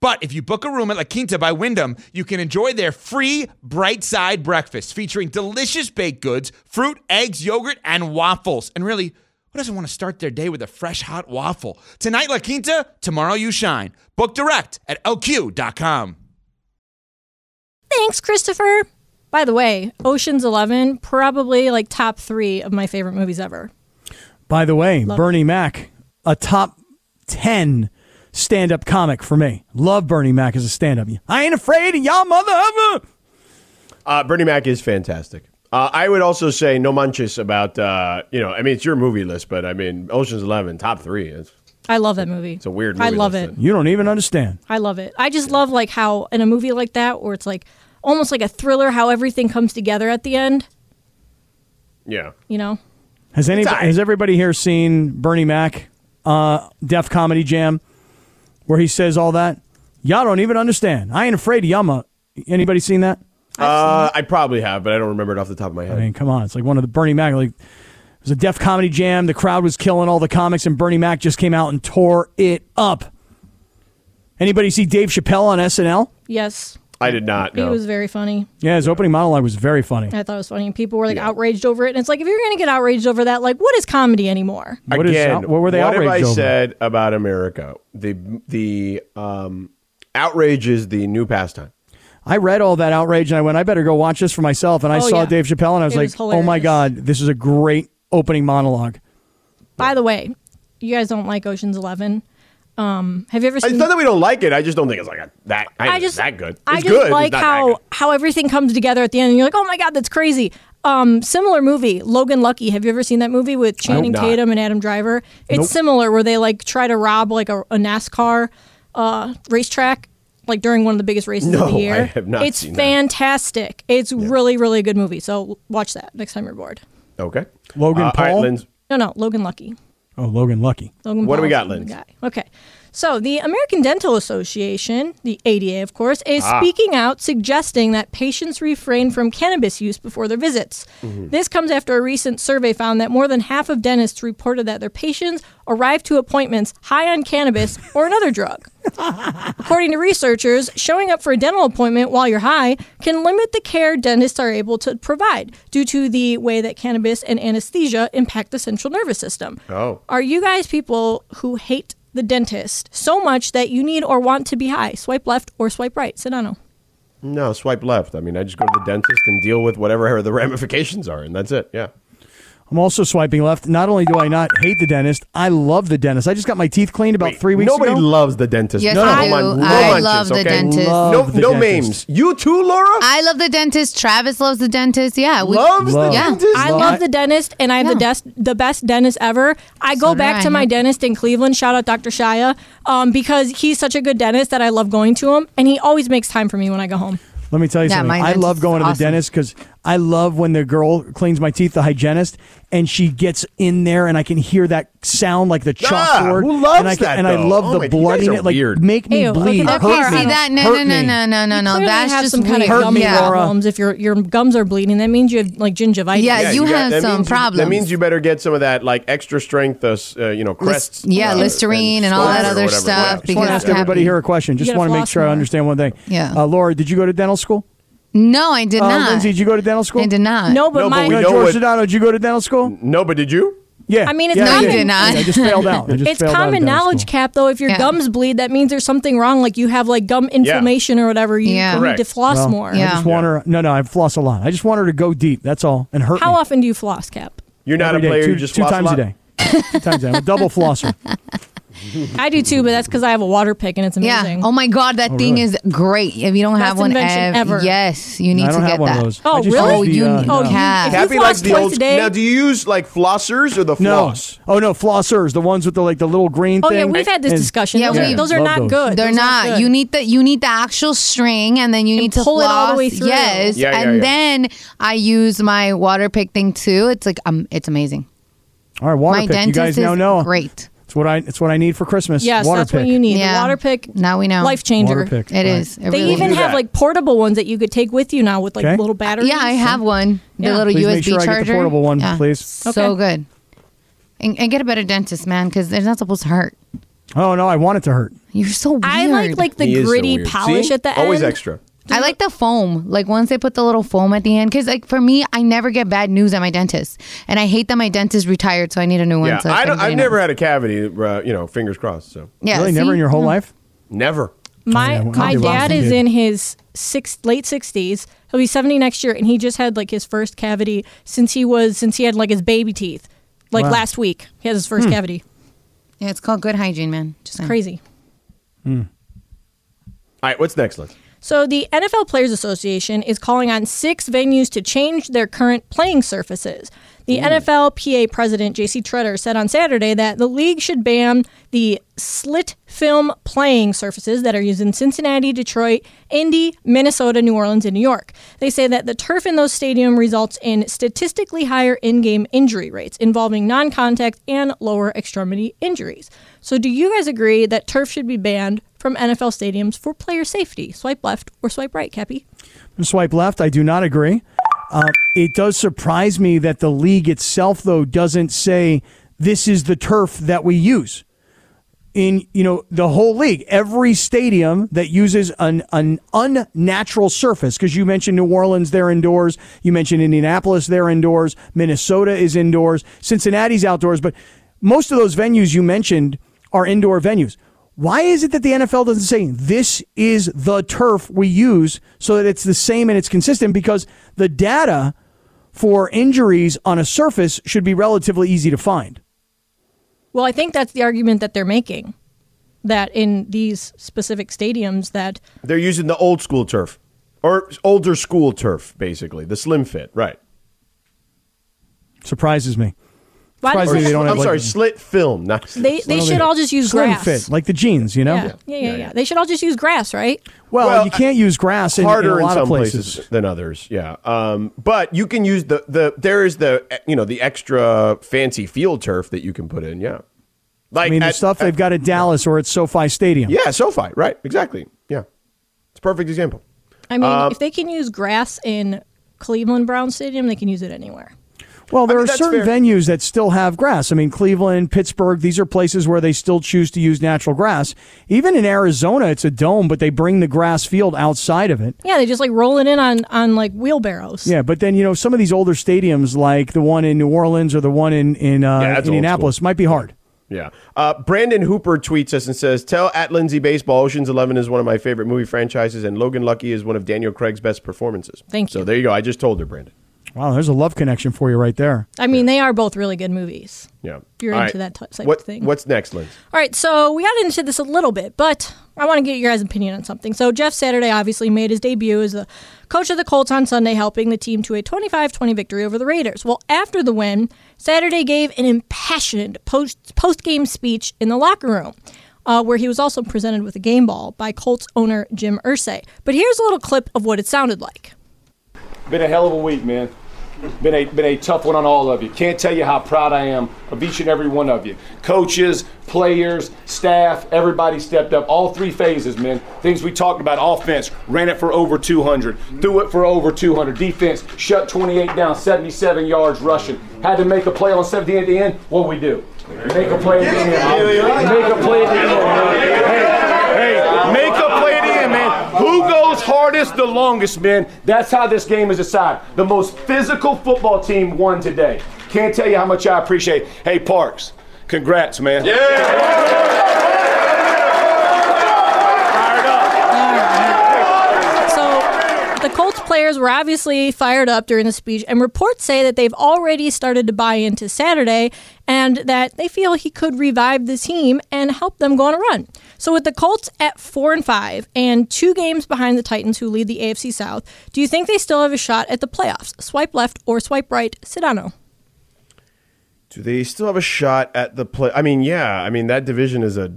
Speaker 6: But if you book a room at La Quinta by Wyndham, you can enjoy their free bright side breakfast featuring delicious baked goods, fruit, eggs, yogurt, and waffles. And really, who doesn't want to start their day with a fresh hot waffle? Tonight, La Quinta, tomorrow, you shine. Book direct at lq.com.
Speaker 2: Thanks, Christopher. By the way, Ocean's Eleven, probably like top three of my favorite movies ever.
Speaker 3: By the way, Bernie Mac, a top 10 stand up comic for me. Love Bernie Mac as a stand up. I ain't afraid of y'all, mother. of a-
Speaker 1: Uh, Bernie Mac is fantastic. Uh, I would also say No Manches about uh, you know I mean it's your movie list, but I mean Ocean's Eleven top three is
Speaker 2: I love that movie. It's
Speaker 1: a weird
Speaker 2: I
Speaker 1: movie
Speaker 2: love
Speaker 1: list,
Speaker 2: it.
Speaker 3: You don't even understand.
Speaker 2: I love it. I just love like how in a movie like that where it's like almost like a thriller how everything comes together at the end,
Speaker 1: yeah.
Speaker 2: you know?
Speaker 3: Has, any,
Speaker 1: all right.
Speaker 3: has everybody here seen Bernie Mac, uh, Def Comedy Jam, where he says all that? Y'all don't even understand. I ain't afraid of y'all. mo- Anybody seen that?
Speaker 1: Uh, I probably have, but I don't remember it off the top of my head.
Speaker 3: I mean, come on. It's like one of the Bernie Mac, like, it was a Def Comedy Jam. The crowd was killing all the comics, and Bernie Mac just came out and tore it up. Anybody see Dave Chappelle on SNL?
Speaker 2: Yes.
Speaker 1: I did not.
Speaker 2: It
Speaker 1: know.
Speaker 2: was very funny.
Speaker 3: Yeah, his opening monologue was very funny.
Speaker 2: I thought it was funny. People were like outraged over it. And it's like if you're gonna get outraged over that, like what is comedy anymore?
Speaker 3: What is-
Speaker 1: Again,
Speaker 3: what were they
Speaker 1: What have I
Speaker 3: outraged over?
Speaker 1: said about America? The the um, outrage is the new pastime.
Speaker 3: I read all that outrage and I went, I better go watch this for myself. And I
Speaker 2: Oh,
Speaker 3: saw
Speaker 2: yeah.
Speaker 3: Dave Chappelle and I was
Speaker 2: It
Speaker 3: like,
Speaker 2: was
Speaker 3: oh my
Speaker 2: hilarious.
Speaker 3: God, this is a great opening monologue.
Speaker 2: By the way, you guys don't like Ocean's Eleven. Um, have you ever seen
Speaker 1: It's not that we don't like it. I just don't think it's like a, that. I, think it's that good. It's
Speaker 2: I just
Speaker 1: good. it's
Speaker 2: like
Speaker 1: not that
Speaker 2: how
Speaker 1: good.
Speaker 2: how everything comes together at the end, and you're like, oh my god, that's crazy. Um, similar movie, Logan Lucky. Have you ever seen that movie with Channing
Speaker 1: not.
Speaker 2: Tatum and Adam Driver? It's similar where they like try to rob like a, a NASCAR uh, racetrack. Like during one of the biggest races of
Speaker 1: No,
Speaker 2: the
Speaker 1: I
Speaker 2: year,
Speaker 1: have not
Speaker 2: it's
Speaker 1: seen that.
Speaker 2: fantastic. It's really, really good movie. So watch that next time you're bored.
Speaker 1: Okay,
Speaker 3: Logan
Speaker 1: Uh, All
Speaker 3: Paul?
Speaker 1: right, Linz,
Speaker 2: No, no, Logan Lucky.
Speaker 3: Oh, Logan Lucky.
Speaker 2: Logan
Speaker 1: What do we
Speaker 2: Paul's
Speaker 1: got,
Speaker 2: the
Speaker 1: Linz?
Speaker 2: guy. Okay. So, the American Dental Association, the ADA, of course, is
Speaker 1: Ah.
Speaker 2: speaking out suggesting that patients refrain from cannabis use before their visits.
Speaker 1: Mm-hmm.
Speaker 2: This comes after a recent survey found that more than half of dentists reported that their patients arrive to appointments high on cannabis or another drug. According to researchers, showing up for a dental appointment while you're high can limit the care dentists are able to provide due to the way that cannabis and anesthesia impact the central nervous system.
Speaker 1: Oh.
Speaker 2: Are you guys people who hate the dentist so much that you need or want to be high? Swipe left or swipe right. Sedano.
Speaker 1: no, swipe left. I mean, I just go to the dentist and deal with whatever the ramifications are, and that's it. Yeah.
Speaker 3: I'm also swiping left. Not only do I not hate the dentist, I love the dentist. I just got my teeth cleaned about three weeks
Speaker 1: Nobody
Speaker 3: ago.
Speaker 1: loves the dentist.
Speaker 5: Yes,
Speaker 1: no,
Speaker 5: I
Speaker 1: no,
Speaker 5: do.
Speaker 1: no
Speaker 5: I
Speaker 1: munches,
Speaker 5: love the
Speaker 1: okay?
Speaker 5: dentist.
Speaker 3: Love
Speaker 1: No,
Speaker 3: the
Speaker 1: no
Speaker 3: dentist.
Speaker 1: memes. You too, Laura.
Speaker 5: I love the dentist. Travis loves the dentist. Yeah, we
Speaker 1: Loves the
Speaker 3: Love.
Speaker 5: Yeah.
Speaker 1: dentist.
Speaker 2: I
Speaker 3: Well, I-
Speaker 2: love the dentist, and I have the
Speaker 5: Yeah.
Speaker 2: best the best dentist ever. I go
Speaker 5: do
Speaker 2: back
Speaker 5: I.
Speaker 2: to my dentist in Cleveland. Shout out Dr. Shia, um, because he's such a good dentist that I love going to him, and he always makes time for me when I go home.
Speaker 3: Let me tell you
Speaker 5: Yeah,
Speaker 3: something.
Speaker 5: my
Speaker 3: I love
Speaker 5: dentist
Speaker 3: going
Speaker 5: is
Speaker 3: to the
Speaker 5: awesome.
Speaker 3: dentist because I love when the girl cleans my teeth, the hygienist, and she gets in there and I can hear that sound like the
Speaker 1: Ah,
Speaker 3: chalkboard.
Speaker 1: who loves
Speaker 3: and I can,
Speaker 1: that,
Speaker 3: And I
Speaker 1: though?
Speaker 3: love
Speaker 1: Oh
Speaker 3: the
Speaker 1: my- you
Speaker 3: blood
Speaker 1: guys
Speaker 3: in
Speaker 1: are
Speaker 3: it. Like
Speaker 6: weird.
Speaker 3: make me
Speaker 2: Ew, okay,
Speaker 3: bleed.
Speaker 2: that's
Speaker 3: hurt
Speaker 5: Okay,
Speaker 3: me.
Speaker 5: see that? No,
Speaker 3: hurt
Speaker 5: no, no,
Speaker 3: me.
Speaker 5: no, no, no, no.
Speaker 2: Clearly
Speaker 5: That's
Speaker 2: have
Speaker 5: just
Speaker 2: some kind
Speaker 5: weird.
Speaker 2: of
Speaker 3: Hurt me,
Speaker 2: gummy
Speaker 5: yeah.
Speaker 3: Laura.
Speaker 2: problems. If your your gums are bleeding, that means you have like gingivitis.
Speaker 5: Yeah, you
Speaker 1: got-
Speaker 5: have
Speaker 1: that
Speaker 5: some
Speaker 1: means you-
Speaker 5: problems.
Speaker 1: That means you better get some of that like extra strength, uh, s- uh, you know, Crest.
Speaker 5: yeah,
Speaker 1: uh,
Speaker 5: Listerine and all
Speaker 1: Stoner
Speaker 5: that
Speaker 1: or
Speaker 5: other
Speaker 1: whatever.
Speaker 5: stuff,
Speaker 1: Yeah.
Speaker 3: Just want
Speaker 5: because
Speaker 3: to ask
Speaker 5: happy-
Speaker 3: everybody here a question. Just
Speaker 2: gotta
Speaker 3: want to make
Speaker 2: floss
Speaker 3: sure I
Speaker 2: more.
Speaker 3: understand one thing.
Speaker 5: Yeah.
Speaker 3: Uh, Laura, did you go to dental school?
Speaker 5: No, I did
Speaker 3: Uh,
Speaker 5: not.
Speaker 3: Lindsay, did you go to dental school?
Speaker 5: I did not.
Speaker 2: No, but
Speaker 1: No, but
Speaker 2: my
Speaker 1: we
Speaker 3: No,
Speaker 1: know
Speaker 3: George
Speaker 1: what- Mm.
Speaker 3: Sedano, did you go to dental school?
Speaker 1: No, but did you?
Speaker 3: Yeah.
Speaker 2: I mean, it's
Speaker 3: yeah,
Speaker 2: not
Speaker 3: I
Speaker 2: even-
Speaker 3: Yeah, I just failed out. I just
Speaker 2: It's
Speaker 3: failed out of
Speaker 2: common
Speaker 3: dental
Speaker 2: knowledge,
Speaker 3: school.
Speaker 2: Cap. Though, if your
Speaker 5: Yeah.
Speaker 2: gums bleed, that means there's something wrong. Like you have like gum inflammation or whatever. You you
Speaker 5: Yeah.
Speaker 2: need to
Speaker 1: Correct.
Speaker 2: floss
Speaker 3: Well,
Speaker 2: more.
Speaker 3: I
Speaker 5: Yeah.
Speaker 3: just want her. No, no, I floss a lot. I just want her to go deep. That's all, and hurt
Speaker 2: How
Speaker 3: me.
Speaker 2: often do you floss, Cap?
Speaker 1: You're not
Speaker 3: Every
Speaker 1: a
Speaker 3: day,
Speaker 1: player.
Speaker 3: two,
Speaker 1: you just
Speaker 3: two
Speaker 1: floss
Speaker 3: times
Speaker 1: lot.
Speaker 3: a day. two times a day. I'm a double flosser.
Speaker 2: I do too, but that's because I have a water pick and it's amazing.
Speaker 5: Yeah. Oh my God, that thing
Speaker 3: really?
Speaker 5: is great. If you don't
Speaker 2: Best
Speaker 5: have one,
Speaker 2: invention
Speaker 5: ev-
Speaker 2: ever.
Speaker 5: yes, you need
Speaker 3: I don't
Speaker 5: to
Speaker 3: have
Speaker 5: get
Speaker 3: one
Speaker 5: that.
Speaker 3: of those.
Speaker 2: Oh,
Speaker 3: I just
Speaker 2: really?
Speaker 3: use the,
Speaker 5: You-
Speaker 3: uh,
Speaker 2: oh,
Speaker 3: no.
Speaker 2: you, if
Speaker 5: Cap.
Speaker 2: you
Speaker 1: Happy
Speaker 2: floss
Speaker 1: like the
Speaker 2: twice
Speaker 1: old.
Speaker 2: a day.
Speaker 1: Now, do you use like flossers or the
Speaker 3: No.
Speaker 1: floss?
Speaker 3: Oh no, flossers, the ones with the like the little green
Speaker 2: oh
Speaker 3: thing.
Speaker 2: yeah, we've had this
Speaker 3: And-
Speaker 2: discussion.
Speaker 5: Yeah,
Speaker 2: those,
Speaker 5: we-
Speaker 2: are, those are not
Speaker 3: Love those.
Speaker 2: good.
Speaker 5: They're
Speaker 2: Those
Speaker 5: not.
Speaker 2: aren't good.
Speaker 5: You need the you need the actual string, and then you need to
Speaker 2: pull it all the
Speaker 5: floss.
Speaker 2: way through.
Speaker 5: Yes,
Speaker 1: Yeah, yeah,
Speaker 5: and
Speaker 1: yeah.
Speaker 5: then I use my water pick thing too. It's like um, it's amazing.
Speaker 3: All right, water
Speaker 5: my
Speaker 3: pick.
Speaker 5: dentist
Speaker 3: You guys
Speaker 5: is
Speaker 3: now know.
Speaker 5: great.
Speaker 3: It's what I. It's what I need for Christmas.
Speaker 2: Yes,
Speaker 3: water
Speaker 2: that's
Speaker 3: pick.
Speaker 2: what you need. The
Speaker 5: Yeah.
Speaker 2: water pick.
Speaker 5: Now we know.
Speaker 2: Life changer.
Speaker 3: Water pick.
Speaker 5: It is. It
Speaker 2: They
Speaker 5: really
Speaker 2: even
Speaker 5: is.
Speaker 2: have
Speaker 1: that.
Speaker 2: like portable ones that you could take with you now with like
Speaker 3: Okay.
Speaker 2: little batteries.
Speaker 5: Yeah, I have one. The
Speaker 2: Yeah.
Speaker 5: little
Speaker 3: Please
Speaker 5: USB
Speaker 3: make sure I
Speaker 5: charger.
Speaker 3: get the portable one,
Speaker 5: Yeah.
Speaker 3: please.
Speaker 5: So
Speaker 2: Okay.
Speaker 5: good. And, and get a better dentist, man, because they're not supposed to hurt.
Speaker 3: Oh no, I want it to hurt.
Speaker 5: You're so weird.
Speaker 2: I like like the
Speaker 1: He is so
Speaker 2: gritty
Speaker 1: weird.
Speaker 2: polish
Speaker 1: See?
Speaker 2: at the end.
Speaker 1: Always extra.
Speaker 5: I like the foam. Like once they put the little foam at the end, because like for me, I never get bad news at my dentist, and I hate that my dentist retired, so I need a new one.
Speaker 1: Yeah,
Speaker 5: so
Speaker 1: I
Speaker 5: if
Speaker 1: don't, I've
Speaker 5: anybody
Speaker 1: never
Speaker 5: knows.
Speaker 1: had a cavity. Uh, you know, fingers crossed. So
Speaker 5: Yeah,
Speaker 3: really, never
Speaker 5: see?
Speaker 3: in your whole
Speaker 5: No.
Speaker 3: life.
Speaker 1: never.
Speaker 2: My
Speaker 3: Yeah, well,
Speaker 2: my
Speaker 3: I'll be
Speaker 2: dad
Speaker 3: honest.
Speaker 2: is in his six late sixties. He'll be seventy next year, and he just had like his first cavity since he was since he had like his baby teeth. Like
Speaker 3: Wow. Hmm.
Speaker 2: last week, he had his first cavity.
Speaker 5: Yeah, it's called good hygiene, man. Just saying.
Speaker 2: Crazy.
Speaker 1: All right, what's next, Lynn?
Speaker 2: So the NFL Players Association is calling on six venues to change their current playing surfaces. The NFLPA president J.C. Treader said on Saturday that the league should ban the slit film playing surfaces that are used in Cincinnati, Detroit, Indy, Minnesota, New Orleans, and New York. They say that the turf in those stadiums results in statistically higher in-game injury rates involving non-contact and lower extremity injuries. So do you guys agree that turf should be banned from NFL stadiums for player safety. Swipe left or swipe right, Cappy.
Speaker 3: Swipe left. I do not agree. Uh, it does surprise me that the league itself, though, doesn't say this is the turf that we use. In you know the whole league, every stadium that uses an an unnatural surface, because you mentioned New Orleans, they're indoors. You mentioned Indianapolis, they're indoors. Minnesota is indoors. Cincinnati's outdoors, but most of those venues you mentioned are indoor venues. Why is it that the NFL doesn't say this is the turf we use so that it's the same and it's consistent? Because the data for injuries on a surface should be relatively easy to find.
Speaker 2: Well, I think that's the argument that they're making that in these specific stadiums that
Speaker 1: They're using the old school turf or older school turf, basically the slim fit, right?
Speaker 3: Surprises me.
Speaker 2: why
Speaker 3: Surprised
Speaker 2: does
Speaker 3: they
Speaker 2: it-
Speaker 3: don't have
Speaker 1: I'm
Speaker 3: like-
Speaker 1: sorry, slit film. Not
Speaker 2: they, they
Speaker 3: Why don't
Speaker 2: should
Speaker 3: do
Speaker 2: all
Speaker 3: that?
Speaker 2: just use
Speaker 3: slim
Speaker 2: grass.
Speaker 3: fit, like the jeans, you know.
Speaker 2: yeah. Yeah, yeah, yeah, They should all just use grass, right?
Speaker 3: Well,
Speaker 1: Well,
Speaker 3: you can't use grass in, in
Speaker 1: harder
Speaker 3: a
Speaker 1: in,
Speaker 3: lot
Speaker 1: some
Speaker 3: of
Speaker 1: places. than others. Yeah, um, but you can use the the there is the eh, you know the extra fancy field turf that you can put in. Yeah, like
Speaker 3: I mean, the
Speaker 1: at-
Speaker 3: stuff
Speaker 1: at-
Speaker 3: they've got at Dallas or at SoFi Stadium.
Speaker 1: yeah, SoFi, right? Exactly. Yeah, it's a perfect example.
Speaker 2: I mean,
Speaker 3: Uh,
Speaker 2: if they can use grass in Cleveland Brown Stadium, they can use it anywhere.
Speaker 3: Well, there
Speaker 1: mean,
Speaker 3: are
Speaker 1: that's
Speaker 3: certain
Speaker 1: fair.
Speaker 3: venues that still have grass. I mean, Cleveland, Pittsburgh, these are places where they still choose to use natural grass. Even in Arizona, it's a dome, but they bring the grass field outside of it.
Speaker 2: Yeah, they just like roll it in on on like wheelbarrows.
Speaker 3: Yeah, but then you know some of these older stadiums, like the one in New Orleans or the one in in uh,
Speaker 1: Yeah, that's old
Speaker 3: Indianapolis, might be hard.
Speaker 1: Yeah. Uh, Brandon Hooper tweets us and says, Tell at Lindsay Baseball, Ocean's Eleven is one of my favorite movie franchises, and Logan Lucky is one of Daniel Craig's best performances.
Speaker 2: Thank
Speaker 1: So
Speaker 2: you.
Speaker 1: there you go. I just told her, Brandon.
Speaker 3: Wow, there's a love connection for you right there.
Speaker 2: I mean, they are both really good movies.
Speaker 1: Yeah.
Speaker 2: You're
Speaker 1: All
Speaker 2: into that t- type of
Speaker 1: What-
Speaker 2: thing.
Speaker 1: What's next, Liz?
Speaker 2: All right, so we got into this a little bit, but I want to get your guys' opinion on something. So Jeff Saturday obviously made his debut as the coach of the Colts on Sunday, helping the team to a 25-20 victory over the Raiders. Well, after the win, Saturday gave an impassioned post- post-game speech in the locker room, uh, where he was also presented with a game ball by Colts owner Jim Ursay. But here's a little clip of what it sounded like.
Speaker 7: Been a hell of a week, man. Been a been a tough one on all of you. Can't tell you how proud I am of each and every one of you. Coaches, players, staff, everybody stepped up. All three phases, man. Things we talked about: offense, ran it for over 200, threw it for over 200. Defense, shut 28 down, 77 yards rushing. Had to make a play on 70 at the end. What we do? Make a play at the end. Make a play at the end. man. Hey, hey, make a play at the end, man. Who goes hardest the longest, man? That's how this game is decided. The most physical football team won today. Can't tell you how much I appreciate. Hey, Parks, congrats, man. Yeah. Fired
Speaker 2: So
Speaker 7: up.
Speaker 2: the Colts players were obviously fired up during the speech, and reports say that they've already started to buy into Saturday and that they feel he could revive the team and help them go on a run. So with the Colts at four and five and two games behind the Titans who lead the AFC South, do you think they still have a shot at the playoffs? Swipe left or swipe right, Sedano.
Speaker 1: Do they still have a shot at the play? I mean, yeah. I mean, that division is a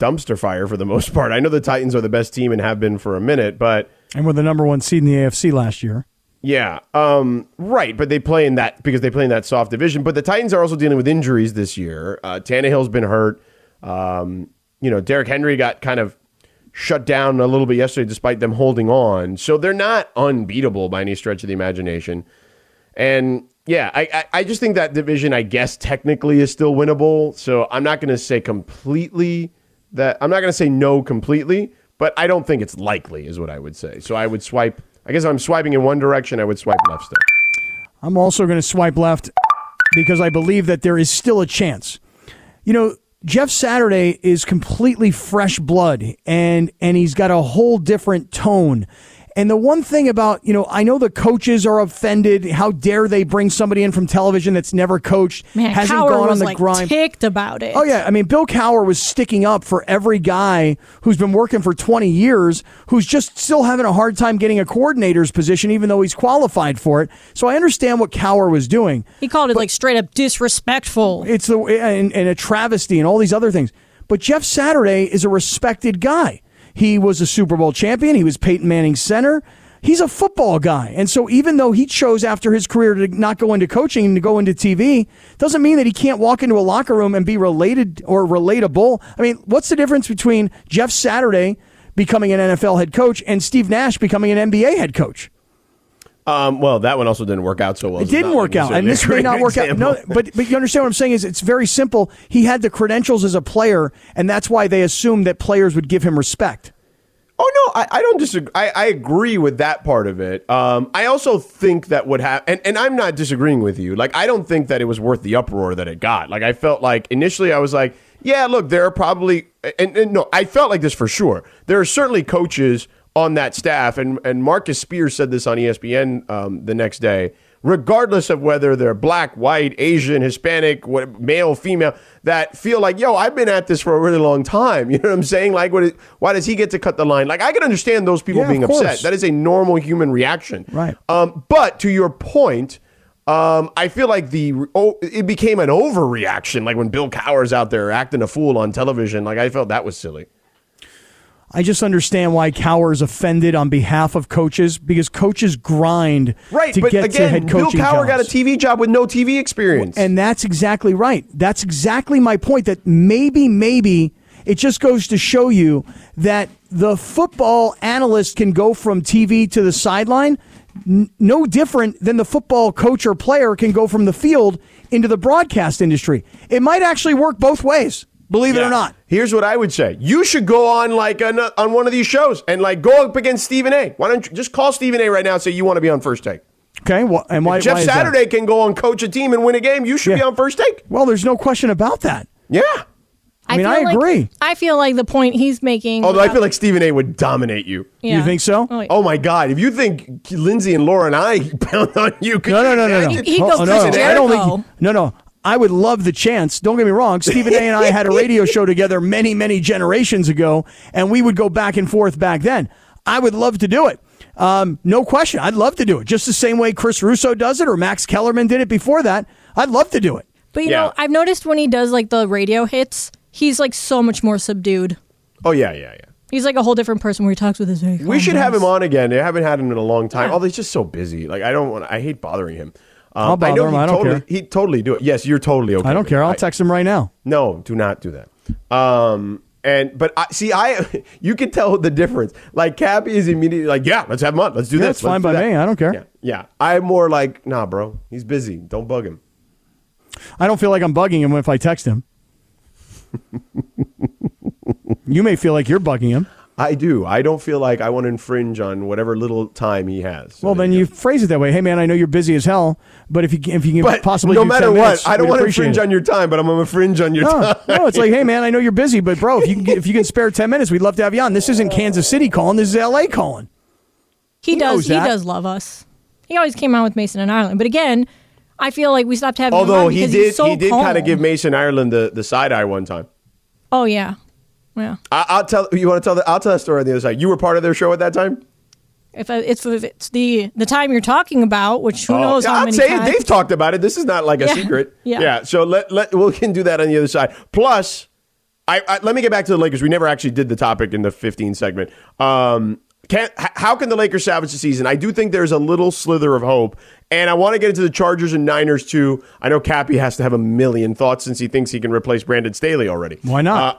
Speaker 1: dumpster fire for the most part. I know the Titans are the best team and have been for a minute, but
Speaker 3: And we're the number one seed in the AFC last year.
Speaker 1: yeah, um, right. But they play in that because they play in that soft division. But the Titans are also dealing with injuries this year. Uh, Tannehill's been hurt. Um, you know, Derrick Henry got kind of shut down a little bit yesterday, despite them holding on. So they're not unbeatable by any stretch of the imagination. And yeah, I, I, I just think that division, I guess, technically is still winnable. So I'm not going to say completely that I'm not going to say no completely, but I don't think it's likely, is what I would say. So I would swipe. I guess if I'm swiping in one direction. I would swipe left still.
Speaker 3: I'm also going to swipe left because I believe that there is still a chance. You know, Jeff Saturday is completely fresh blood and and he's got a whole different tone. And the one thing about, you know, I know the coaches are offended. How dare they bring somebody in from television that's never coached,
Speaker 2: Man,
Speaker 3: hasn't
Speaker 2: Cowher
Speaker 3: gone
Speaker 2: was
Speaker 3: on the
Speaker 2: like
Speaker 3: grind.
Speaker 2: ticked about it.
Speaker 3: Oh yeah, I mean Bill Cower was sticking up for every guy who's been working for 20 years who's just still having a hard time getting a coordinator's position even though he's qualified for it. So I understand what Cower was doing.
Speaker 2: He called it like straight up disrespectful.
Speaker 3: It's the and, and a travesty and all these other things. But Jeff Saturday is a respected guy. He was a Super Bowl champion. He was Peyton Manning's center. He's a football guy. And so even though he chose after his career to not go into coaching and to go into TV, doesn't mean that he can't walk into a locker room and be related or relatable. I mean, what's the difference between Jeff Saturday becoming an NFL head coach and Steve Nash becoming an NBA head coach?
Speaker 1: Um, well, that one also didn't work out so well.
Speaker 3: It didn't work out, and this may not work out. No, but but you understand what I'm saying is it's very simple. He had the credentials as a player, and that's why they assumed that players would give him respect.
Speaker 1: Oh no, I, I don't disagree. I, I agree with that part of it. Um, I also think that would happen, and, and I'm not disagreeing with you. Like I don't think that it was worth the uproar that it got. Like I felt like initially I was like, yeah, look, there are probably, and, and no, I felt like this for sure. There are certainly coaches on that staff, and and Marcus Spears said this on ESPN um, the next day. Regardless of whether they're black, white, Asian, Hispanic, what, male, female, that feel like, yo, I've been at this for a really long time. You know what I'm saying? Like, what is, why does he get to cut the line? Like, I can understand those people
Speaker 3: Yeah, of
Speaker 1: being upset.
Speaker 3: course.
Speaker 1: That is a normal human reaction.
Speaker 3: Right.
Speaker 1: Um, but to your point, um, I feel like the oh, it became an overreaction. Like when Bill Cowher's out there acting a fool on television, like I felt that was silly.
Speaker 3: I just understand why Cower is offended on behalf of coaches because coaches grind
Speaker 1: Right,
Speaker 3: to
Speaker 1: but
Speaker 3: get to
Speaker 1: again,
Speaker 3: head
Speaker 1: Bill
Speaker 3: coaching
Speaker 1: Cowher got a
Speaker 3: jobs.
Speaker 1: TV job with no TV experience.
Speaker 3: And that's exactly right. That's exactly my point that maybe, maybe it just goes to show you that the football analyst can go from TV to the sideline n- no different than the football coach or player can go from the field into the broadcast industry. It might actually work both ways, believe it
Speaker 1: Yeah.
Speaker 3: or not.
Speaker 1: Here's what I would say: You should go on like an, uh, on one of these shows and like go up against Stephen A. Why don't you just call Stephen A. right now and say you want to be on First Take?
Speaker 3: Okay. Well, and why,
Speaker 1: Jeff
Speaker 3: why is that?
Speaker 1: Saturday can go and coach a team and win a game. You should
Speaker 3: Yeah.
Speaker 1: be on First Take.
Speaker 3: Well, there's no question about that.
Speaker 1: Yeah,
Speaker 3: I mean, I
Speaker 2: feel like-
Speaker 3: agree.
Speaker 2: I feel like the point he's making.
Speaker 1: Although I
Speaker 2: about-
Speaker 1: feel like Stephen A would dominate you.
Speaker 2: Yeah.
Speaker 3: You think so?
Speaker 2: Oh, yeah.
Speaker 1: Oh my God! If you think Lindsay and Laura and I pound on you, could
Speaker 3: No, no, no,
Speaker 1: you
Speaker 3: no, no.
Speaker 1: imagine?
Speaker 2: He- he'd go
Speaker 3: Oh, no,
Speaker 2: Chris
Speaker 3: no. I don't
Speaker 2: Jericho.
Speaker 3: think. No, no. I would love the chance. Don't get me wrong. Stephen A. and I had a radio show together many, many generations ago, and we would go back and forth back then. I would love to do it. Um, no question. I'd love to do it. Just the same way Chris Russo does it or Max Kellerman did it before that. I'd love to do it.
Speaker 2: But you
Speaker 1: Yeah.
Speaker 2: know, I've noticed when he does like the radio hits, he's like so much more subdued.
Speaker 1: Oh yeah, yeah, yeah.
Speaker 2: He's like a whole different person where he talks with his very.
Speaker 1: We
Speaker 2: calm
Speaker 1: should
Speaker 2: voice.
Speaker 1: have him on again. I haven't had him in a long time. Although he's just so busy. Like I don't want. I hate bothering him. Um,
Speaker 3: I'll bother
Speaker 1: know
Speaker 3: him.
Speaker 1: he'd
Speaker 3: I don't
Speaker 1: totally,
Speaker 3: care.
Speaker 1: He totally do it. Yes, you're totally okay.
Speaker 3: I don't
Speaker 1: with
Speaker 3: care.
Speaker 1: it.
Speaker 3: I'll text him right now.
Speaker 1: No, do not do that. Um, and but I see. I you can tell the difference. Like Cappy is immediately like, yeah, let's have him on. Let's do
Speaker 3: Yeah,
Speaker 1: this.
Speaker 3: it's
Speaker 1: Let's
Speaker 3: fine
Speaker 1: do
Speaker 3: by
Speaker 1: that."
Speaker 3: me. I don't care.
Speaker 1: Yeah, yeah. I'm more like, nah, bro. He's busy. Don't bug him.
Speaker 3: I don't feel like I'm bugging him if I text him. you may feel like you're bugging him.
Speaker 1: I do. I don't feel like I want to infringe on whatever little time he has. So
Speaker 3: Well,
Speaker 1: there
Speaker 3: then
Speaker 1: go.
Speaker 3: you phrase it that way. Hey, man, I know you're busy as hell, but if you can- if you can
Speaker 1: But
Speaker 3: possibly
Speaker 1: no
Speaker 3: do
Speaker 1: matter
Speaker 3: 10
Speaker 1: what,
Speaker 3: minutes,
Speaker 1: I don't
Speaker 3: we'd
Speaker 1: want to
Speaker 3: appreciate
Speaker 1: infringe
Speaker 3: it.
Speaker 1: on your time, but I'm gonna infringe on your
Speaker 3: No,
Speaker 1: time.
Speaker 3: no, it's like, hey, man, I know you're busy, but bro, if you can get, if you can spare ten minutes, we'd love to have you on. This isn't Kansas City calling. This is L.A. calling.
Speaker 2: He,
Speaker 3: knows
Speaker 2: does. He
Speaker 3: that.
Speaker 2: does love us. He always came on with Mason and Ireland, but again, I feel like we stopped having. him
Speaker 1: Although
Speaker 2: on
Speaker 1: he
Speaker 2: because
Speaker 1: did,
Speaker 2: he's so
Speaker 1: he did kind
Speaker 2: calm.
Speaker 1: of give Mason Ireland the, the side eye one time.
Speaker 2: Oh yeah, yeah.
Speaker 1: I, I'll tell you want to tell the I'll tell that story on the other side. You were part of their show at that time.
Speaker 2: If I, it's if it's the the time you're talking about, which who knows
Speaker 1: Yeah,
Speaker 2: how
Speaker 1: I'll
Speaker 2: many
Speaker 1: Oh, say
Speaker 2: times.
Speaker 1: it. They've talked about it. This is not like a
Speaker 2: Yeah.
Speaker 1: secret.
Speaker 2: Yeah.
Speaker 1: So let let we can do that on the other side. Plus, I, I let me get back to the Lakers. We never actually did the topic in the 15 segment. Um, can h- how can the Lakers salvage the season? I do think there's a little slither of hope, and I want to get into the Chargers and Niners too. I know Cappy has to have a million thoughts since he thinks he can replace Brandon Staley already.
Speaker 3: Why not?
Speaker 1: Uh,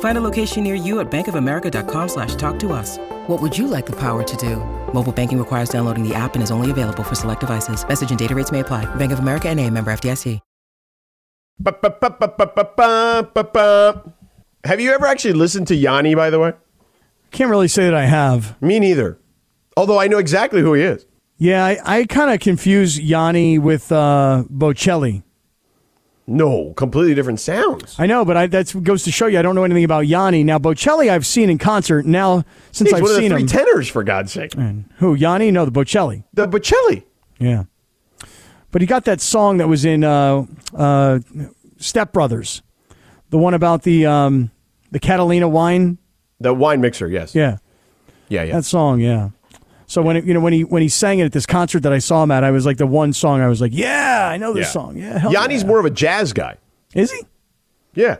Speaker 8: Find a location near you at bankofamerica.com slash talk to us. What would you like the power to do? Mobile banking requires downloading the app and is only available for select devices. Message and data rates may apply. Bank of America and a member FDIC.
Speaker 1: Ba-ba-ba-ba-ba-ba-ba. Have you ever actually listened to Yanni? By the way.
Speaker 3: Can't really say that I have.
Speaker 1: Me neither. Although I know exactly who he is.
Speaker 3: Yeah, I, I kind of confuse Yanni with uh, Bocelli.
Speaker 1: No, completely different sounds.
Speaker 3: I know, but I, that goes to show you I don't know anything about Yanni. Now Bocelli, I've seen in concert. Now since
Speaker 1: He's
Speaker 3: I've
Speaker 1: one of the
Speaker 3: seen
Speaker 1: three
Speaker 3: him,
Speaker 1: tenors, for God's sake.
Speaker 3: who Yanni? No, the Bocelli.
Speaker 1: The Bocelli.
Speaker 3: Yeah, but he got that song that was in uh, uh, Step Brothers, the one about the um, the Catalina wine.
Speaker 1: The wine mixer, yes.
Speaker 3: Yeah.
Speaker 1: yeah. yeah.
Speaker 3: That song, yeah. So when it, you know when he when he sang it at this concert that I saw him at, I was like the one song I was like, yeah, I know this
Speaker 1: Yeah.
Speaker 3: song. Yeah, hell
Speaker 1: Yanni's
Speaker 3: yeah.
Speaker 1: more of a jazz guy.
Speaker 3: is he?
Speaker 1: Yeah.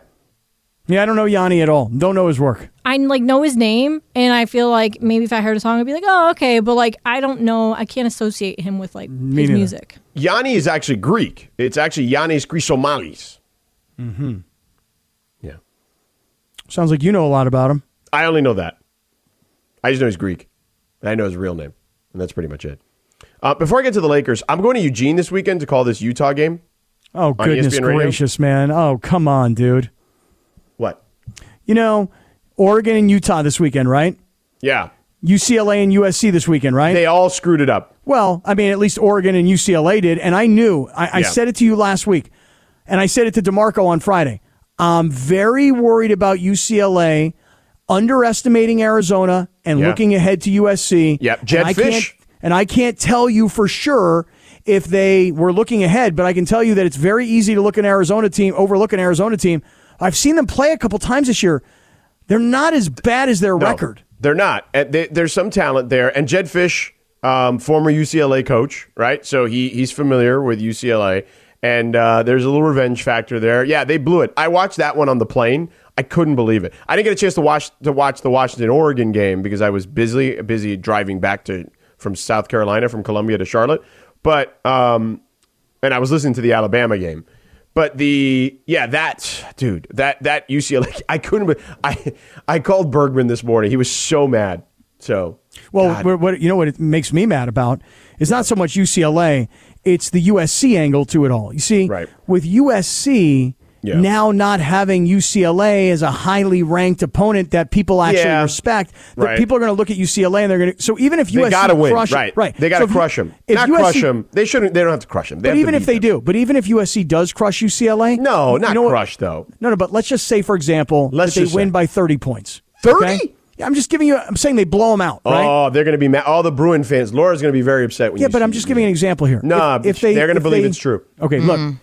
Speaker 3: Yeah, I don't know Yanni at all. Don't know his work.
Speaker 2: I like know his name, and I feel like maybe if I heard a song, I'd be like, oh okay, but like I don't know, I can't associate him with like his
Speaker 3: neither.
Speaker 2: music.
Speaker 1: Yanni is actually Greek. It's actually Yannis Chrysomalis. Mm-hmm. Yeah.
Speaker 3: Sounds like you know a lot about him.
Speaker 1: I only know that. I just know he's Greek. And I know his real name. And that's pretty much it. Uh, before I get to the Lakers, I'm going to Eugene this weekend to call this Utah game.
Speaker 3: Oh goodness
Speaker 1: ESPN radio?
Speaker 3: gracious, man! Oh come on, dude.
Speaker 1: What?
Speaker 3: You know, Oregon and Utah this weekend, right?
Speaker 1: Yeah.
Speaker 3: UCLA and USC this weekend, right?
Speaker 1: They all screwed it up.
Speaker 3: Well, I mean, at least Oregon and UCLA did. And I knew, I, I
Speaker 1: Yeah.
Speaker 3: said it to you last week, and I said it to DeMarco on Friday. I'm very worried about UCLA underestimating Arizona and
Speaker 1: Yeah.
Speaker 3: looking ahead to USC.
Speaker 1: Yep.
Speaker 3: And I can't-
Speaker 1: Jetfish.
Speaker 3: And I can't tell you for sure if they were looking ahead, but I can tell you that it's very easy to look an Arizona team, overlook an Arizona team. I've seen them play a couple times this year. They're not as bad as their
Speaker 1: No.
Speaker 3: record.
Speaker 1: They're not. And they, there's some talent there. And Jed Fish, um, former UCLA coach, right? So he he's familiar with UCLA. And uh, there's a little revenge factor there. Yeah, they blew it. I watched that one on the plane. I couldn't believe it. I didn't get a chance to watch to watch the Washington Oregon game because I was busy busy driving back to from South Carolina from Columbia to Charlotte. But um, and I was listening to the Alabama game. But the yeah, that dude, that that UCLA, I couldn't. be- I I called Bergman this morning. He was so mad. So
Speaker 3: Well, what, what you know what it makes me mad about is not so much UCLA; it's the USC angle to it all. You see,
Speaker 1: Right.
Speaker 3: with USC
Speaker 1: Yeah.
Speaker 3: now not having UCLA as a highly ranked opponent that people actually
Speaker 1: Yeah.
Speaker 3: respect, that
Speaker 1: Right.
Speaker 3: people are going to look at UCLA and they're going to. So even if
Speaker 1: they
Speaker 3: USC
Speaker 1: got to win,
Speaker 3: crush,
Speaker 1: right?
Speaker 3: right,
Speaker 1: They got to
Speaker 3: So if-
Speaker 1: crush him.
Speaker 3: if
Speaker 1: Not
Speaker 3: USC
Speaker 1: crush him. They shouldn't. They don't have to crush him. They
Speaker 3: But
Speaker 1: have to
Speaker 3: even if
Speaker 1: beat
Speaker 3: they
Speaker 1: them.
Speaker 3: do, but even if USC does crush UCLA,
Speaker 1: no,
Speaker 3: you
Speaker 1: not
Speaker 3: know what?
Speaker 1: crush though.
Speaker 3: No, no, but let's just say, for example,
Speaker 1: Let's
Speaker 3: that they
Speaker 1: just
Speaker 3: win
Speaker 1: say.
Speaker 3: by 30 points.
Speaker 1: 30?
Speaker 3: Yeah, I'm just giving you, I'm saying they blow them out, right?
Speaker 1: Oh, they're going to be mad. All the Bruin fans. Laura's going to be very upset. When
Speaker 3: yeah,
Speaker 1: you
Speaker 3: but
Speaker 1: see
Speaker 3: I'm just giving an example here.
Speaker 1: Nah, bitch, they're gonna
Speaker 3: if
Speaker 1: believe it's true.
Speaker 3: Okay, look.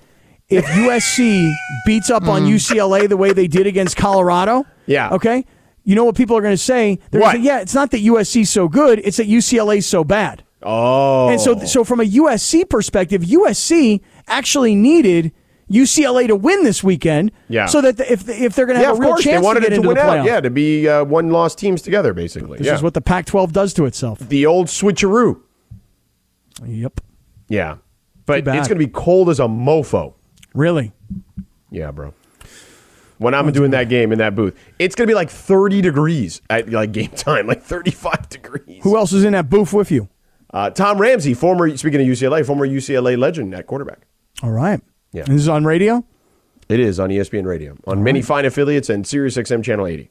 Speaker 3: If USC beats up on UCLA the way they did against Colorado,
Speaker 1: Yeah.
Speaker 3: okay, you know what people are going to say? They're
Speaker 1: What?
Speaker 3: Gonna say, yeah, it's not that USC's so good; it's that UCLA's so bad.
Speaker 1: Oh,
Speaker 3: And so, so from a USC perspective, USC actually needed UCLA to win this weekend,
Speaker 1: Yeah.
Speaker 3: so that the, if if they're going to
Speaker 1: yeah,
Speaker 3: have
Speaker 1: of
Speaker 3: a real
Speaker 1: course they
Speaker 3: chance
Speaker 1: wanted
Speaker 3: to get
Speaker 1: it to
Speaker 3: into
Speaker 1: win
Speaker 3: the playoff,
Speaker 1: out. Yeah, to be uh, one-loss teams together, basically.
Speaker 3: this
Speaker 1: yeah.
Speaker 3: is what the Pac-12 does to itself.
Speaker 1: the old switcheroo.
Speaker 3: Yep,
Speaker 1: Yeah, but
Speaker 3: bad.
Speaker 1: it's going to be cold as a mofo.
Speaker 3: really.
Speaker 1: Yeah, bro. When I'm doing that game in that booth, it's gonna be like 30 degrees at like game time, like 35 degrees.
Speaker 3: Who else is in that booth with you?
Speaker 1: Uh, Tom Ramsey, former speaking of UCLA, former UCLA legend at quarterback.
Speaker 3: All right.
Speaker 1: Yeah.
Speaker 3: And this is on radio.
Speaker 1: It is on E ESPN Radio on many fine affiliates and Sirius XM channel 80.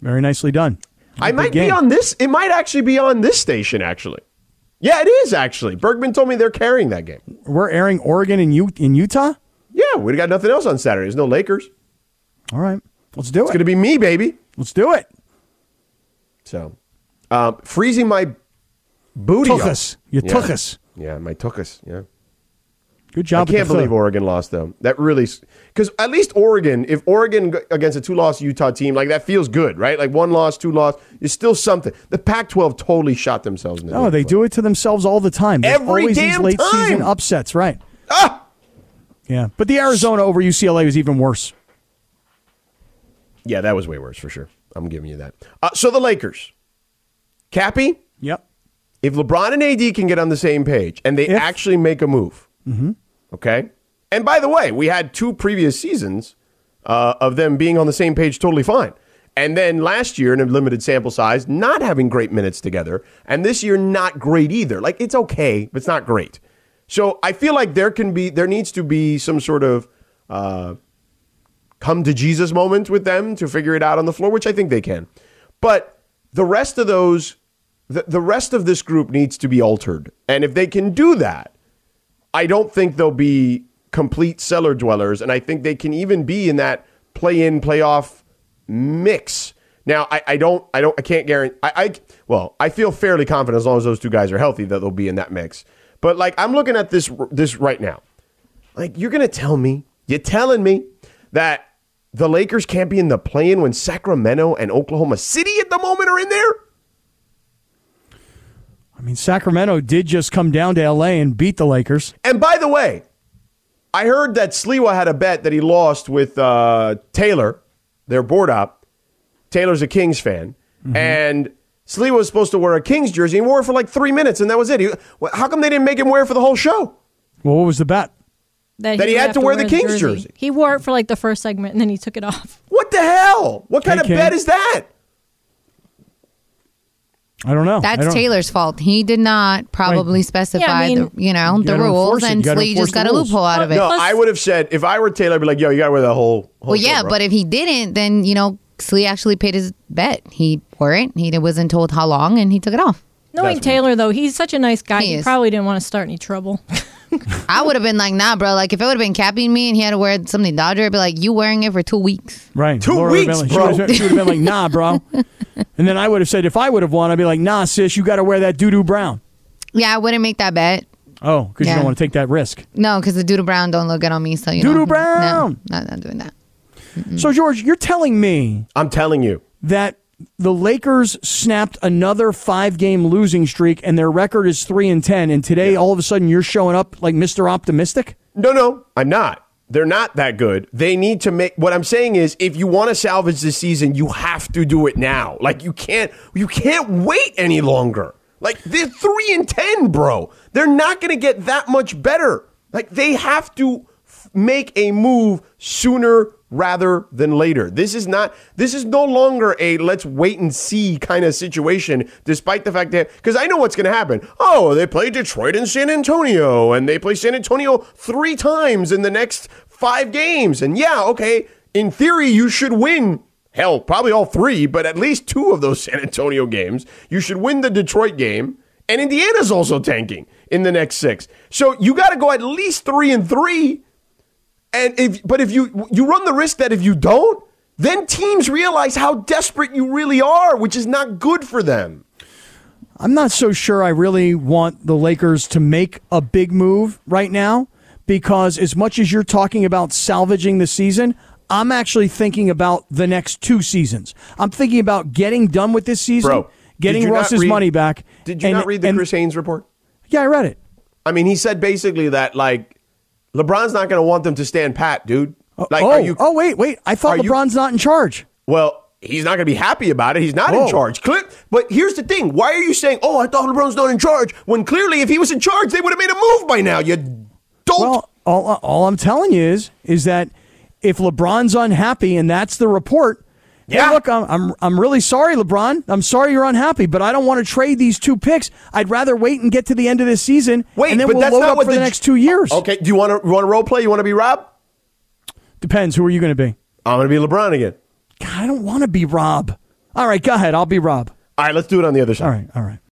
Speaker 3: Very nicely done.
Speaker 1: I might be
Speaker 3: game.
Speaker 1: on this. It might actually be on this station. Actually, yeah, it is actually. Bergman told me they're carrying that game.
Speaker 3: We're airing Oregon and U- in Utah.
Speaker 1: Yeah, we got nothing else on Saturday. There's no Lakers. It's
Speaker 3: All right. Let's do it.
Speaker 1: gonna be me, baby.
Speaker 3: Let's do it.
Speaker 1: So, um, freezing my booty. up.
Speaker 3: Tuchus. You
Speaker 1: Yeah.
Speaker 3: took us.
Speaker 1: Yeah, my tuchus. Yeah.
Speaker 3: Good job.
Speaker 1: I
Speaker 3: with
Speaker 1: can't
Speaker 3: the
Speaker 1: believe
Speaker 3: third.
Speaker 1: Oregon lost though. That really because at least Oregon, if Oregon g- against a two-loss Utah team, like that feels good, right? Like one loss, two loss, it's still something. The Pac-12 totally shot themselves in the.
Speaker 3: Oh, they do it to themselves all the time. There's
Speaker 1: Every
Speaker 3: always these
Speaker 1: damn
Speaker 3: late season
Speaker 1: time.
Speaker 3: upsets, right? Ah. Yeah, but the Arizona over UCLA was even worse.
Speaker 1: Yeah, that was way worse for sure. I'm giving you that. Uh, so the Lakers, Cappy,
Speaker 3: Yep.
Speaker 1: if LeBron and AD can get on the same page and they
Speaker 3: If-
Speaker 1: actually make a move, okay. And by the way, we had two previous seasons uh, of them being on the same page, totally fine. And then last year, in a limited sample size, not having great minutes together, and this year not great either. Like it's okay, but it's not great. So I feel like there can be, there needs to be some sort of uh, come to Jesus moment with them to figure it out on the floor, which I think they can. But the rest of those, the, the rest of this group needs to be altered. And if they can do that, I don't think they'll be complete cellar dwellers. And I think they can even be in that play in, playoff mix. Now, I, I don't, I don't, I can't guarantee, I, I, well, I feel fairly confident as long as those two guys are healthy that they'll be in that mix. But like, I'm looking at this, this right now. Like, you're going to tell me, you're telling me that the Lakers can't be in the play in when Sacramento and Oklahoma City at the moment are in there?
Speaker 3: I mean, Sacramento did just come down to LA and beat the Lakers.
Speaker 1: And by the way, I heard that Sliwa had a bet that he lost with uh, Taylor, their board op. Taylor's a Kings fan. And Sliwa was supposed to wear a Kings jersey. He wore it for like three minutes, and that was it. He, wh- how come they didn't make him wear it for the whole show?
Speaker 3: Well, what was the bet?
Speaker 1: That he
Speaker 2: would
Speaker 1: had
Speaker 2: have
Speaker 1: to wear the Kings jersey.
Speaker 2: He wore it for like the first segment and then he took it off.
Speaker 1: What the hell? What kind
Speaker 3: KK.
Speaker 1: of bet is that?
Speaker 3: I don't know. I
Speaker 5: That's
Speaker 3: don't-
Speaker 5: Taylor's fault. He did not probably specify,
Speaker 2: mean-
Speaker 5: the, you know, the
Speaker 3: gotta enforce
Speaker 5: rules,
Speaker 3: it. You
Speaker 5: and so
Speaker 3: gotta
Speaker 5: you
Speaker 3: enforce
Speaker 5: just
Speaker 3: the
Speaker 5: got a
Speaker 3: rules.
Speaker 5: loophole out of it.
Speaker 1: No, I would have said, if I were Taylor, I'd be like, yo, you got to wear the whole, whole
Speaker 5: well,
Speaker 1: show,
Speaker 5: yeah,
Speaker 1: bro.
Speaker 5: but if he didn't, then you know, Slee actually paid his bet. He wore it. He wasn't told how long, and he took it off.
Speaker 2: Knowing Taylor though, he's such a nice guy.
Speaker 5: He
Speaker 2: He,
Speaker 5: is.
Speaker 2: probably didn't want to start any trouble.
Speaker 5: I would have been like, nah, bro. Like if it would have been capping me and he had to wear something Dodger, I'd be like, you wearing it for two weeks.
Speaker 3: Right.
Speaker 1: Two
Speaker 3: would've
Speaker 1: weeks,
Speaker 3: been like-
Speaker 1: bro.
Speaker 3: She would have been like, nah, bro. and then I would have said, if I would have won, I'd be like, nah, sis, you got to wear that doo doo brown.
Speaker 5: Yeah, I wouldn't make that bet.
Speaker 3: Oh, because you
Speaker 5: Yeah.
Speaker 3: don't want to take that risk.
Speaker 5: No, because the Doodle Brown don't look good on me. So you
Speaker 3: Doodle
Speaker 5: know,
Speaker 3: Brown!
Speaker 5: No, not, not doing that.
Speaker 3: So, George, you're telling me
Speaker 1: I'm telling you.
Speaker 3: that the Lakers snapped another five game losing streak and their record is 3 and 10 and today all of a sudden you're showing up like Mr. Optimistic?
Speaker 1: No, no, I'm not. They're not that good. They need to make what I'm saying is if you want to salvage this season, you have to do it now. Like you can't you can't wait any longer. Like they're 3 and 10, bro. They're not going to get that much better. Like they have to f- make a move sooner rather than later. This is not this is no longer a let's wait and see kind of situation despite the fact that cuz I know what's going to happen. Oh, they play Detroit and San Antonio and they play San Antonio 3 times in the next 5 games. And yeah, okay, in theory you should win hell, probably all 3, but at least 2 of those San Antonio games. You should win the Detroit game. And Indiana's also tanking in the next 6. So you got to go at least 3 and 3 and if but if you you run the risk that if you don't, then teams realize how desperate you really are, which is not good for them.
Speaker 3: I'm not so sure I really want the Lakers to make a big move right now because as much as you're talking about salvaging the season, I'm actually thinking about the next two seasons. I'm thinking about getting done with this season,
Speaker 1: Bro, did
Speaker 3: getting
Speaker 1: you not
Speaker 3: Russ's
Speaker 1: read-
Speaker 3: money back.
Speaker 1: Did you
Speaker 3: and-
Speaker 1: not read the
Speaker 3: and-
Speaker 1: Chris Haynes report?
Speaker 3: Yeah, I read it.
Speaker 1: I mean, he said basically that like LeBron's not going to want them to stand pat, dude. Like,
Speaker 3: oh,
Speaker 1: are you?
Speaker 3: oh, wait, wait. I thought
Speaker 1: are you-
Speaker 3: LeBron's not in charge.
Speaker 1: Well, he's not going to be happy about it. He's not in
Speaker 3: Whoa.
Speaker 1: charge. Cle- but here's the thing: Why are you saying, "Oh, I thought LeBron's not in charge"? When clearly, if he was in charge, they would have made a move by now. You dolt.
Speaker 3: Well, all, all I'm telling you is is that if LeBron's unhappy and that's the report, hey,
Speaker 1: Yeah.
Speaker 3: look, I'm, I'm I'm really sorry, LeBron. I'm sorry you're unhappy, but I don't want to trade these two picks. I'd rather wait and get to the end of this season,
Speaker 1: Wait,
Speaker 3: and then
Speaker 1: but
Speaker 3: we'll
Speaker 1: that's
Speaker 3: load
Speaker 1: not
Speaker 3: up
Speaker 1: what
Speaker 3: for the,
Speaker 1: the-
Speaker 3: next two years.
Speaker 1: okay, do you want to you want to role play? You want to be Rob?
Speaker 3: Depends. Who are you going to be?
Speaker 1: I'm going to be LeBron again.
Speaker 3: God, I don't want to be Rob. All right, go ahead. I'll be Rob.
Speaker 1: All right, let's do it on the other side.
Speaker 3: All right, all right.